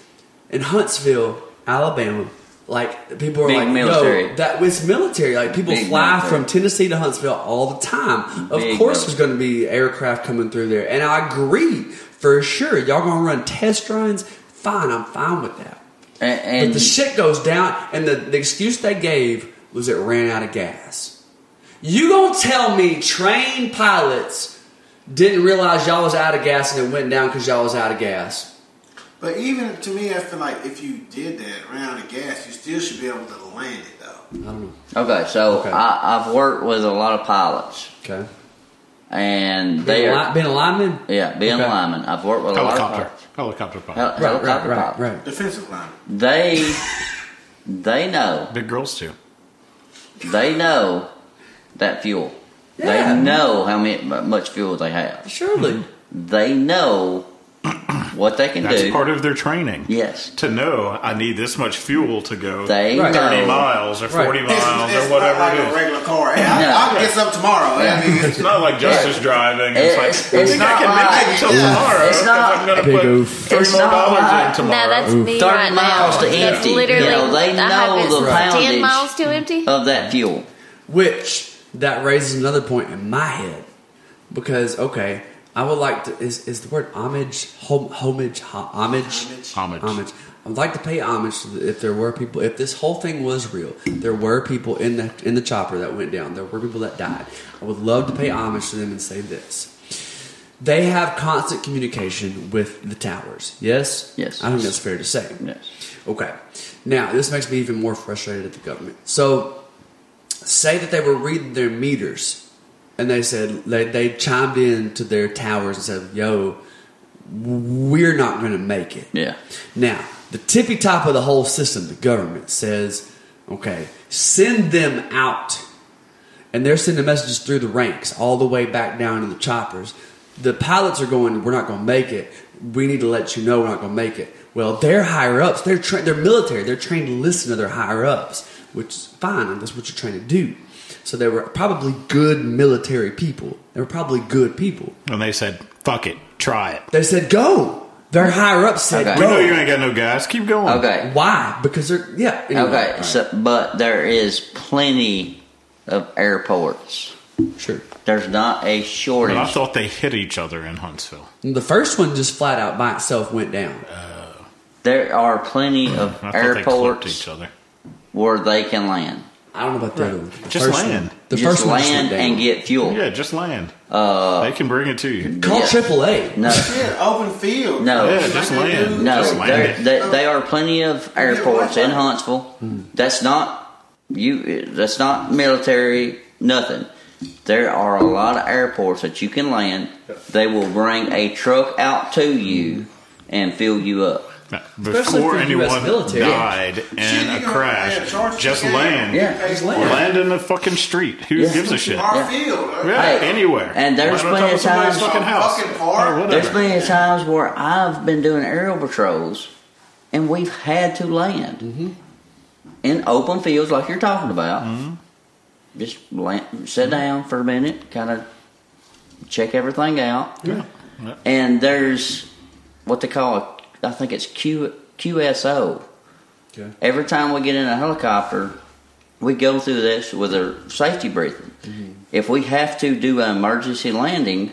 Speaker 2: in Huntsville, Alabama, Like people are
Speaker 4: Big
Speaker 2: like,
Speaker 4: military.
Speaker 2: no, that it's military. Like people
Speaker 4: Big
Speaker 2: fly
Speaker 4: military.
Speaker 2: from Tennessee to Huntsville all the time. Of
Speaker 4: Big
Speaker 2: course, there's going to be aircraft coming through there, and I agree for sure. Y'all going to run test runs? Fine, I'm fine with that.
Speaker 4: And,
Speaker 2: but the shit goes down, and the, the excuse they gave was it ran out of gas. You gonna tell me trained pilots didn't realize y'all was out of gas and it went down because y'all was out of gas?
Speaker 5: But even to me, I feel like if you did that round of gas, you still should be able to land it though.
Speaker 2: I don't know.
Speaker 4: Okay, so I, I've worked with a lot of pilots.
Speaker 2: Okay.
Speaker 4: And
Speaker 2: Being
Speaker 4: they
Speaker 2: a
Speaker 4: are
Speaker 2: li- being a lineman?
Speaker 4: Yeah, being a
Speaker 2: Okay.
Speaker 4: lineman. I've worked with a lot of pilots.
Speaker 3: Helicopter
Speaker 4: Hel- helicopter pilot.
Speaker 5: Defensive line.
Speaker 4: They they know.
Speaker 3: Big girls too.
Speaker 4: They know that fuel.
Speaker 2: Yeah.
Speaker 4: They know how many, much fuel they have.
Speaker 2: Surely.
Speaker 4: They know what they can
Speaker 3: That's
Speaker 4: do.
Speaker 3: part of their training.
Speaker 4: Yes.
Speaker 3: To know I need this much fuel to go
Speaker 4: They
Speaker 3: 30
Speaker 4: know.
Speaker 3: miles or 40
Speaker 4: Right.
Speaker 3: miles
Speaker 5: It's
Speaker 3: or whatever
Speaker 5: not like
Speaker 3: it
Speaker 5: a
Speaker 3: is.
Speaker 5: regular car. Hey, I,
Speaker 3: No.
Speaker 5: I'll get some tomorrow.
Speaker 3: Yeah.
Speaker 5: I mean,
Speaker 3: It's not like justice driving. It's, like,
Speaker 4: It's-
Speaker 3: I
Speaker 4: it's
Speaker 3: think
Speaker 4: not
Speaker 3: I can
Speaker 4: like-
Speaker 3: make it till
Speaker 4: it's-
Speaker 3: tomorrow.
Speaker 4: it's
Speaker 3: 'cause
Speaker 4: not-
Speaker 3: I'm going to
Speaker 4: Big
Speaker 3: put
Speaker 4: oof.
Speaker 3: three
Speaker 4: It's
Speaker 3: more
Speaker 4: not
Speaker 3: dollars
Speaker 4: like-
Speaker 3: in
Speaker 4: No,
Speaker 3: tomorrow.
Speaker 7: No, that's me
Speaker 4: Thirty
Speaker 7: right
Speaker 4: miles
Speaker 7: now.
Speaker 4: to
Speaker 7: That's
Speaker 4: empty.
Speaker 7: Literally,
Speaker 4: You know, they
Speaker 7: I
Speaker 4: know
Speaker 7: have
Speaker 4: the
Speaker 7: it's
Speaker 4: poundage. Uh,
Speaker 7: Ten miles to empty.
Speaker 4: of that fuel.
Speaker 2: Which that raises another point in my head because okay, I would like to is is the word homage hom- homage ho- homage homage homage. I'd like to pay homage to the, if there were people if this whole thing was real. There were people in the in the chopper that went down. There were people that died. I would love to pay homage to them and say this. They have constant communication with the towers. Yes? Yes. I think that's fair to say. Yes. Okay. Now, this makes me even more frustrated at the government. So, say that they were reading their meters and they said they, they chimed in to their towers and said yo we're not going to make it
Speaker 4: yeah
Speaker 2: now the tippy top of the whole system the government says okay send them out and they're sending messages through the ranks all the way back down to the choppers the pilots are going we're not going to make it we need to let you know we're not going to make it well they're higher ups they're, tra- they're military they're trained to listen to their higher ups which is fine and that's what you're trained to do so they were probably good military people they were probably good people
Speaker 3: And they said, fuck it, try it.
Speaker 2: they said go their higher ups said
Speaker 4: Okay.
Speaker 2: go
Speaker 4: We know you
Speaker 3: ain't got no gas keep going
Speaker 4: Okay.
Speaker 2: why because they're yeah anyway.
Speaker 4: okay, so, but there is plenty of airports.
Speaker 2: Sure.
Speaker 4: There's not a
Speaker 3: But
Speaker 4: shortage.
Speaker 3: I thought they hit each other in Huntsville.
Speaker 2: the first one just flat out by itself went down
Speaker 4: there are plenty of
Speaker 3: I thought they clipped
Speaker 4: airports
Speaker 3: each other.
Speaker 4: where they can land.
Speaker 2: I don't know about that one. The
Speaker 3: Just
Speaker 2: first
Speaker 3: land.
Speaker 2: one- the
Speaker 4: Just
Speaker 2: first one just
Speaker 4: land
Speaker 2: went down.
Speaker 4: and get fuel.
Speaker 3: Yeah, just land.
Speaker 4: Uh,
Speaker 3: they can bring it to you.
Speaker 2: Call
Speaker 4: yeah.
Speaker 2: AAA.
Speaker 4: No.
Speaker 5: Yeah, open field.
Speaker 4: No,
Speaker 3: Yeah, just land.
Speaker 4: No,
Speaker 3: Just land
Speaker 4: there,
Speaker 3: it.
Speaker 4: there, there are plenty of airports in Huntsville. That's not you. That's not military. Nothing. There are a lot of airports that you can land. They will bring a truck out to you and fill you up.
Speaker 2: Especially
Speaker 3: Before
Speaker 2: for US
Speaker 3: anyone
Speaker 2: military.
Speaker 3: died in
Speaker 5: you
Speaker 3: a
Speaker 5: can- yeah,
Speaker 3: crash,
Speaker 5: charge
Speaker 3: just
Speaker 5: the-
Speaker 3: land.
Speaker 5: Yeah, just land.
Speaker 3: in the fucking street. Who
Speaker 5: Yeah.
Speaker 3: gives a shit?
Speaker 5: Our
Speaker 3: Yeah,
Speaker 5: field. uh,
Speaker 4: Hey,
Speaker 3: anywhere.
Speaker 4: and there's
Speaker 3: Why not
Speaker 4: plenty
Speaker 3: come
Speaker 4: of
Speaker 3: to somebody's
Speaker 4: times-
Speaker 3: fucking house.
Speaker 5: Fucking park.
Speaker 3: Or
Speaker 4: There's
Speaker 3: whatever.
Speaker 4: been times where I've been doing aerial patrols, and we've had to land in open fields like you're talking about. Just land, sit down for a minute, kind of check everything out.
Speaker 3: Yeah. Yeah.
Speaker 4: And there's what they call, I think it's Q, QSO.
Speaker 2: Okay.
Speaker 4: Every time we get in a helicopter, we go through this with a safety briefing.
Speaker 3: Mm-hmm.
Speaker 4: If we have to do an emergency landing,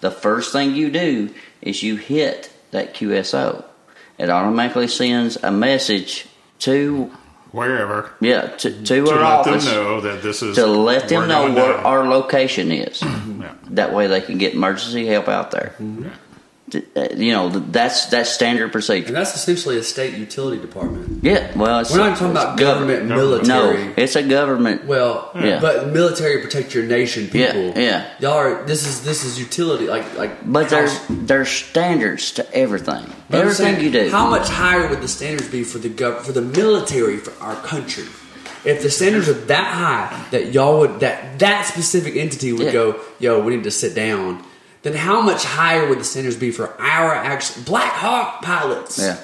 Speaker 4: the first thing you do is you hit that QSO. It automatically sends a message to
Speaker 3: Wherever.
Speaker 4: yeah to, to,
Speaker 3: To
Speaker 4: our
Speaker 3: let them
Speaker 4: office
Speaker 3: know that this is
Speaker 4: to let
Speaker 3: we're
Speaker 4: them know
Speaker 3: going
Speaker 4: where
Speaker 3: down.
Speaker 4: our location is.
Speaker 3: Yeah.
Speaker 4: That way they can get emergency help out there.
Speaker 2: Mm-hmm.
Speaker 4: Th- uh, You know th- that's that's standard procedure.
Speaker 2: And that's essentially a state utility department.
Speaker 4: Yeah, well, it's,
Speaker 2: We're not talking about
Speaker 4: it's gov-
Speaker 2: government, military.
Speaker 4: No, it's a government.
Speaker 2: Well,
Speaker 4: Yeah.
Speaker 2: but military protect your nation,
Speaker 4: Yeah,
Speaker 2: people.
Speaker 4: yeah.
Speaker 2: Y'all are this is this is utility like like.
Speaker 4: But
Speaker 2: how-
Speaker 4: there's there's standards to everything.
Speaker 2: but I'm
Speaker 4: everything
Speaker 2: saying,
Speaker 4: you do.
Speaker 2: How much higher would the standards be for the gov- for the military for our country? If the standards are that high that y'all would that that specific entity would
Speaker 4: Yeah.
Speaker 2: go, yo, we need to sit down. Then how much higher would the standards be for our actual Black Hawk pilots?
Speaker 4: Yeah,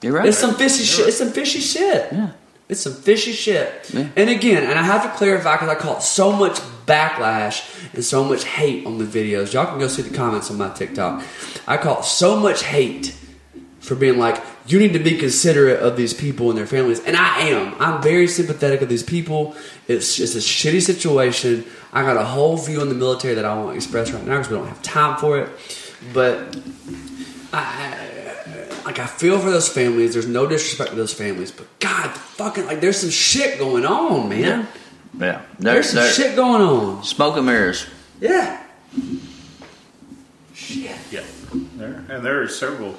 Speaker 4: you're right.
Speaker 2: It's some fishy shit. It's some fishy shit. Yeah. It's some fishy shit. And again, and I have to clarify because I caught so much backlash and so much hate on the videos. Y'all can go see the comments on my TikTok. I caught so much hate for being like, you need to be considerate of these people and their families. And I am. I'm very sympathetic of these people. It's just a shitty situation. I got a whole view on the military that I won't express right now because we don't have time for it. But I, I like I feel for those families. There's no disrespect to those families, but God, fucking like there's some shit going on, man.
Speaker 4: Yeah. Yeah.
Speaker 2: There's some shit going on.
Speaker 4: Smoke and mirrors.
Speaker 2: Yeah.
Speaker 3: Yeah, there, and there are several.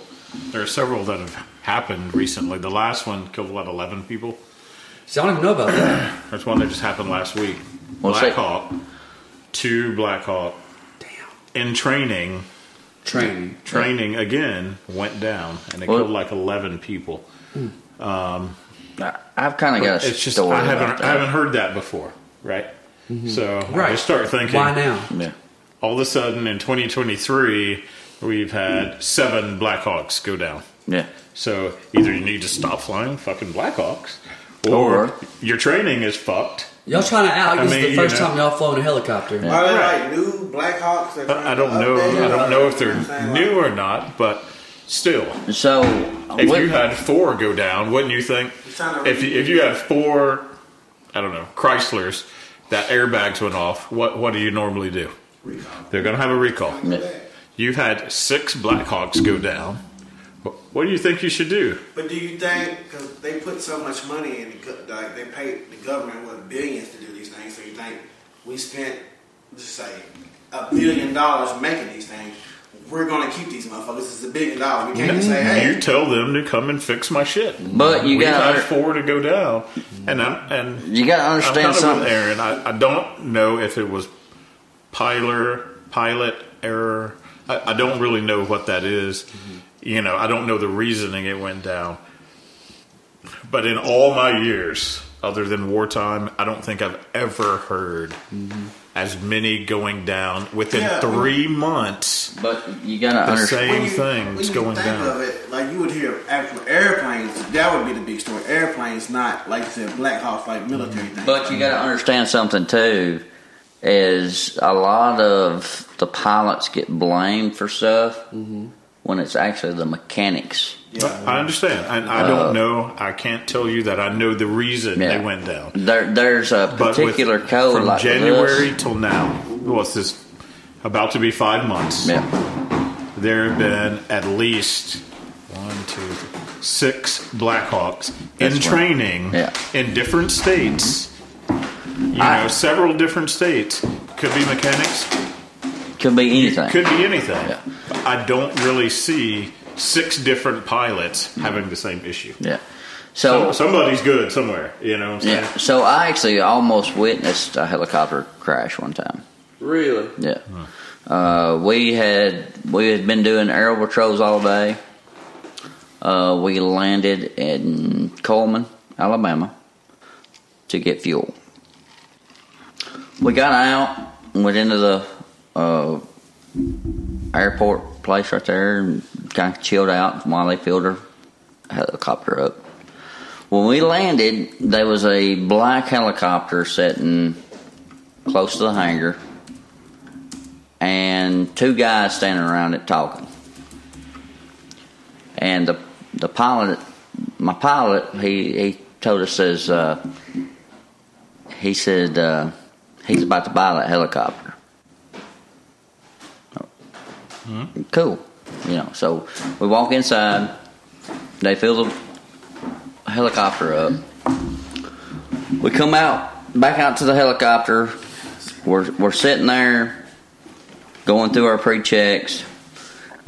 Speaker 3: There are several that have happened recently. The last one killed what eleven people.
Speaker 2: See, I don't even know about that.
Speaker 3: There's one that just happened last week.
Speaker 4: What's
Speaker 3: Black
Speaker 4: that?
Speaker 3: Hawk, two Black Hawk. Damn. In training,
Speaker 2: Training.
Speaker 3: training again went down, and it
Speaker 4: Well-
Speaker 3: killed like eleven people. Um,
Speaker 4: I've kind of got a
Speaker 3: it's just
Speaker 4: story
Speaker 3: I
Speaker 4: about
Speaker 3: haven't
Speaker 4: that. Mm-hmm.
Speaker 3: I haven't heard that before, right? So I
Speaker 2: Right.
Speaker 3: just start thinking,
Speaker 2: Why now?
Speaker 4: Yeah.
Speaker 3: All of a sudden, in 2023, we've had seven Blackhawks go down.
Speaker 4: Yeah.
Speaker 3: So either you need to stop flying fucking Blackhawks, or,
Speaker 4: Or-
Speaker 3: your training is fucked.
Speaker 2: Y'all trying to act like
Speaker 3: I
Speaker 2: this
Speaker 3: mean,
Speaker 2: is
Speaker 3: you
Speaker 2: the first
Speaker 3: know.
Speaker 2: time y'all flown a helicopter.
Speaker 5: Are they like new Black Hawks? that-
Speaker 3: I don't know. I don't know if they're new or not, but still.
Speaker 4: So
Speaker 3: if
Speaker 4: what-
Speaker 3: you had four go down, wouldn't you think? If you, if you had four, I don't know, Chryslers that airbags went off, what what do you normally do? They're going to have a recall. You've had six Blackhawks go down. Wh- What do you think you should do?
Speaker 5: But do you think because they put so much money in, the, go- like they paid the government what billions to do these things? So you think we spent just say a billion dollars making these things? We're gonna keep these motherfuckers. This is a billion dollars. We can't just say hey.
Speaker 3: Mm-hmm. You tell them to come and fix my shit.
Speaker 4: But you
Speaker 3: We've
Speaker 4: gotta
Speaker 3: had
Speaker 4: under-
Speaker 3: four to go down, and I'm, and
Speaker 4: You gotta understand
Speaker 3: I'm kinda with
Speaker 4: something.
Speaker 3: Aaron. I, I don't know if it was pilot pilot error. I, I don't really know what that is.
Speaker 5: Mm-hmm.
Speaker 3: You know, I don't know the reasoning it went down. But in all my years, other than wartime, I don't think I've ever heard as many going down within
Speaker 5: Mm-hmm. Yeah.
Speaker 3: three months.
Speaker 4: But you gotta
Speaker 3: the
Speaker 4: understand.
Speaker 3: same
Speaker 5: When
Speaker 3: things
Speaker 5: you
Speaker 3: going
Speaker 5: think
Speaker 3: down.
Speaker 5: of it, like you would hear actual airplanes. That would be the big story. Airplanes, not like you said, Black Hawks, like military things.
Speaker 4: Mm-hmm. But you got to understand something too. Is a lot of the pilots get blamed for stuff
Speaker 3: Mm-hmm.
Speaker 4: when it's actually the mechanics.
Speaker 3: I understand. I, I
Speaker 4: Uh,
Speaker 3: don't know. I can't tell you that I know the reason
Speaker 4: Yeah.
Speaker 3: they went down.
Speaker 4: There, there's a
Speaker 3: But with-
Speaker 4: particular code
Speaker 3: from
Speaker 4: like with us.
Speaker 3: January till now, what's this? About to be five months. There have been at least one, two, three, six Blackhawks in
Speaker 4: That's right.
Speaker 3: training
Speaker 4: Yeah.
Speaker 3: in different states. You know, several different states could be mechanics,
Speaker 4: Could be anything.
Speaker 3: could be anything. I don't really see six different pilots having the same issue.
Speaker 4: Yeah. So-
Speaker 3: Some- somebody's good somewhere. You know. What I'm saying?
Speaker 4: Oh. yeah. So I actually almost witnessed a helicopter crash one time.
Speaker 2: Really?
Speaker 4: Yeah. Uh, we had we had been doing aerial patrols all day. Uh, we landed in Coleman, Alabama, to get fuel. We got out, went into the uh, airport place right there, and kind of chilled out while they filled our helicopter up. When we landed, there was a black helicopter sitting close to the hangar and two guys standing around it talking. And the the pilot, my pilot, he he told us says uh, he said uh, he's about to buy that helicopter. Cool, you know. So we walk inside. They fill the helicopter up. We come out back out to the helicopter. We're we're sitting there going through our pre checks.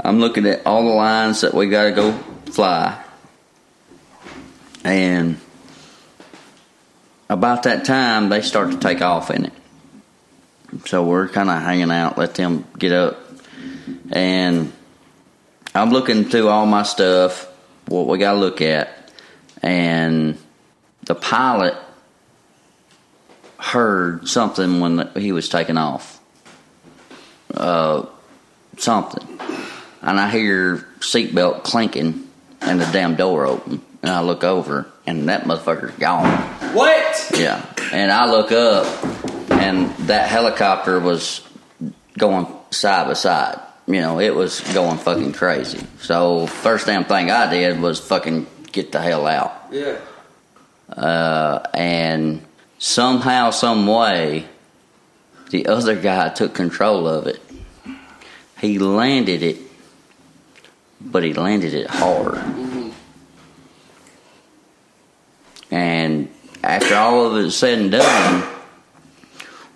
Speaker 4: I'm looking at all the lines that we got to go fly. And about that time, they start to take off in it. So we're kind of hanging out, let them get up. And I'm looking through all my stuff, what we got to look at. And the pilot heard something when he was taking off uh, something. And I hear seatbelt clinking and the damn door open. And I look over and that motherfucker's gone.
Speaker 2: What?
Speaker 4: Yeah. And I look up and that helicopter was going side by side. you know, it was going fucking crazy. So first damn thing I did was fucking get the hell out.
Speaker 2: Yeah.
Speaker 4: Uh, and somehow, some way, the other guy took control of it. He landed it, but he landed it hard. And after all of it is said and done,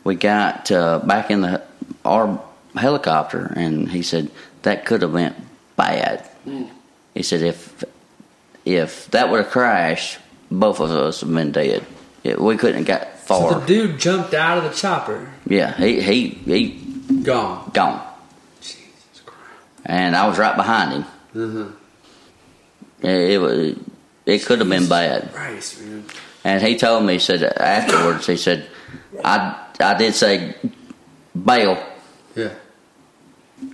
Speaker 4: we got uh, back in the our helicopter, and he said that could have went bad. He said if if that would have crashed, both of us have been dead. Yeah, we couldn't have got far.
Speaker 2: So the dude jumped out of the chopper.
Speaker 4: Yeah, he he he
Speaker 2: gone
Speaker 4: gone. Jesus Christ! And I was right behind him.
Speaker 2: Mm-hmm.
Speaker 4: It, it was it could have been bad.
Speaker 2: Christ, man.
Speaker 4: And he told me he said afterwards he said I I did say bail.
Speaker 2: Yeah.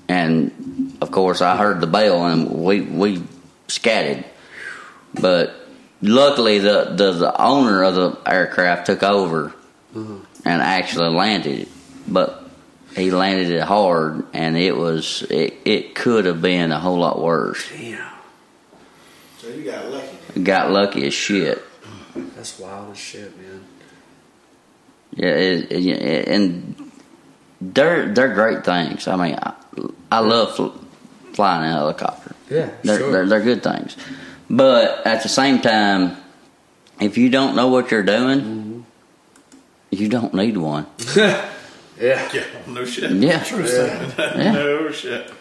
Speaker 4: And of course I heard the bail and we we scattered. But luckily the the, the owner of the aircraft took over
Speaker 2: Mhm.
Speaker 4: and actually landed it. But he landed it hard, and it was it, it could have been a whole lot worse.
Speaker 5: So you got lucky.
Speaker 4: Got lucky as shit.
Speaker 2: That's wild as shit, man.
Speaker 4: Yeah, it, it, it- and they're they're great things. I mean, I, I love fl- flying in a helicopter.
Speaker 2: Yeah,
Speaker 4: they're,
Speaker 2: sure.
Speaker 4: they're they're good things. But at the same time, if you don't know what you're doing,
Speaker 2: Mm-hmm.
Speaker 4: you don't need one.
Speaker 2: Yeah.
Speaker 3: Yeah. No shit.
Speaker 4: Yeah.
Speaker 3: True
Speaker 4: Yeah.
Speaker 3: statement.
Speaker 4: Yeah.
Speaker 3: No shit.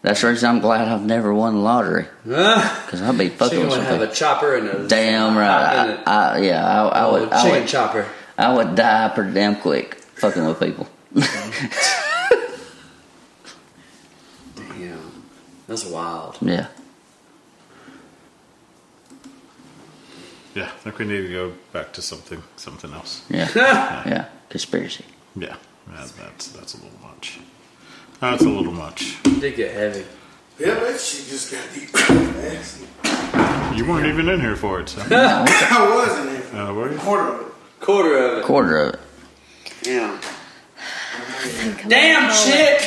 Speaker 4: That's the reason I'm glad I've never won the lottery.
Speaker 2: Ah.
Speaker 4: Because I'd be fucking
Speaker 2: She
Speaker 4: with
Speaker 2: gonna
Speaker 4: some
Speaker 2: have a
Speaker 4: people.
Speaker 2: chopper and a
Speaker 4: Damn right. I, I, yeah, I, I
Speaker 2: Oh,
Speaker 4: would. I
Speaker 2: chicken
Speaker 4: would,
Speaker 2: chopper.
Speaker 4: I would die pretty damn quick fucking with people.
Speaker 2: Damn, that's wild.
Speaker 4: yeah.
Speaker 3: Yeah. I think we need to go back to something something else.
Speaker 4: Yeah. yeah. Conspiracy.
Speaker 3: Yeah. yeah that's that's a little much. That's a little much.
Speaker 2: Did get heavy.
Speaker 5: Yeah, that shit just got deep. Nasty.
Speaker 3: You weren't even in here for it, so.
Speaker 5: I wasn't in
Speaker 3: Uh, were you?
Speaker 5: quarter of it.
Speaker 2: Quarter of it.
Speaker 4: Quarter of it.
Speaker 2: Damn. Damn shit.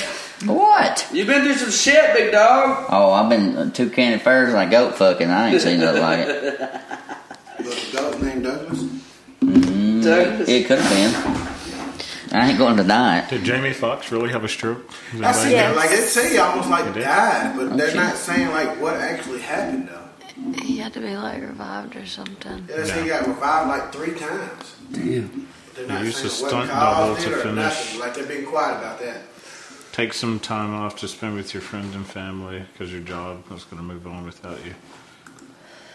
Speaker 4: What?
Speaker 2: You've been through some shit, big dog.
Speaker 4: Oh, I've been uh, two candy fairs and a goat fucking. I ain't seen nothing like it.
Speaker 5: Little dog named Douglas.
Speaker 4: Mm,
Speaker 2: Douglas.
Speaker 4: it could have been. I ain't going to die.
Speaker 3: Did Jamie Foxx really have a stroke? Does
Speaker 5: I
Speaker 3: anybody
Speaker 5: see that.
Speaker 3: know?
Speaker 5: Like they say, he almost like
Speaker 3: It is.
Speaker 5: died,
Speaker 3: Oh,
Speaker 5: but they're
Speaker 4: shit.
Speaker 5: not saying like what actually happened though.
Speaker 7: He had to be like revived or something.
Speaker 5: Yeah, they say he got revived like three times.
Speaker 2: Damn.
Speaker 5: But they're
Speaker 3: They
Speaker 5: not
Speaker 3: used
Speaker 5: saying
Speaker 3: a
Speaker 5: what
Speaker 3: stunt double
Speaker 5: caused
Speaker 3: to
Speaker 5: it or
Speaker 3: finish.
Speaker 5: nothing. Like they've been quiet about that.
Speaker 3: Take some time off to spend with your friends and family because your job is going to move on without you.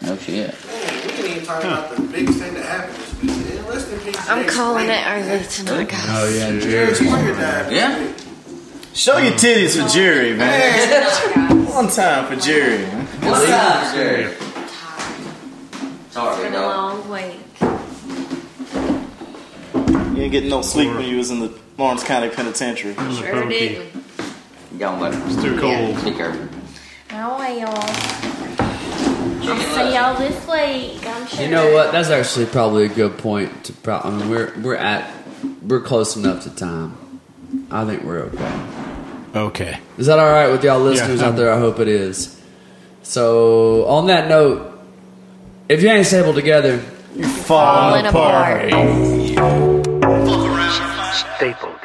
Speaker 4: No shit.
Speaker 5: Man, we didn't even talk about the biggest thing that happened this week. Man, Rest in peace.
Speaker 7: I'm
Speaker 5: Jerry
Speaker 7: calling it
Speaker 5: Springer.
Speaker 7: early tonight, guys.
Speaker 2: Oh yeah,
Speaker 5: Jerry
Speaker 2: Jared.
Speaker 5: Springer died.
Speaker 4: Yeah.
Speaker 6: Show your titties for Jerry, man.
Speaker 5: Man,
Speaker 6: One time for Jerry.
Speaker 4: What's up, Jerry? Sorry,
Speaker 7: Been a
Speaker 4: dog.
Speaker 7: long week.
Speaker 6: You didn't get no sleep when you was in the Lawrence County Penitentiary.
Speaker 7: Sure didn't.
Speaker 4: Y'all let him
Speaker 3: It's too cold.
Speaker 4: Be careful.
Speaker 7: Oh well. I'll see y'all this week. I'm sure.
Speaker 2: You know what? That's actually probably a good point. To pro- I mean, we're we're at we're close enough to time. I think we're okay.
Speaker 3: Okay.
Speaker 2: Is that all right with y'all listeners
Speaker 3: Yeah.
Speaker 2: out there? I hope it is. So, on that note, if you ain't stable together,
Speaker 6: Fall
Speaker 7: Falling apart.
Speaker 1: Fuck around.
Speaker 13: Stapled.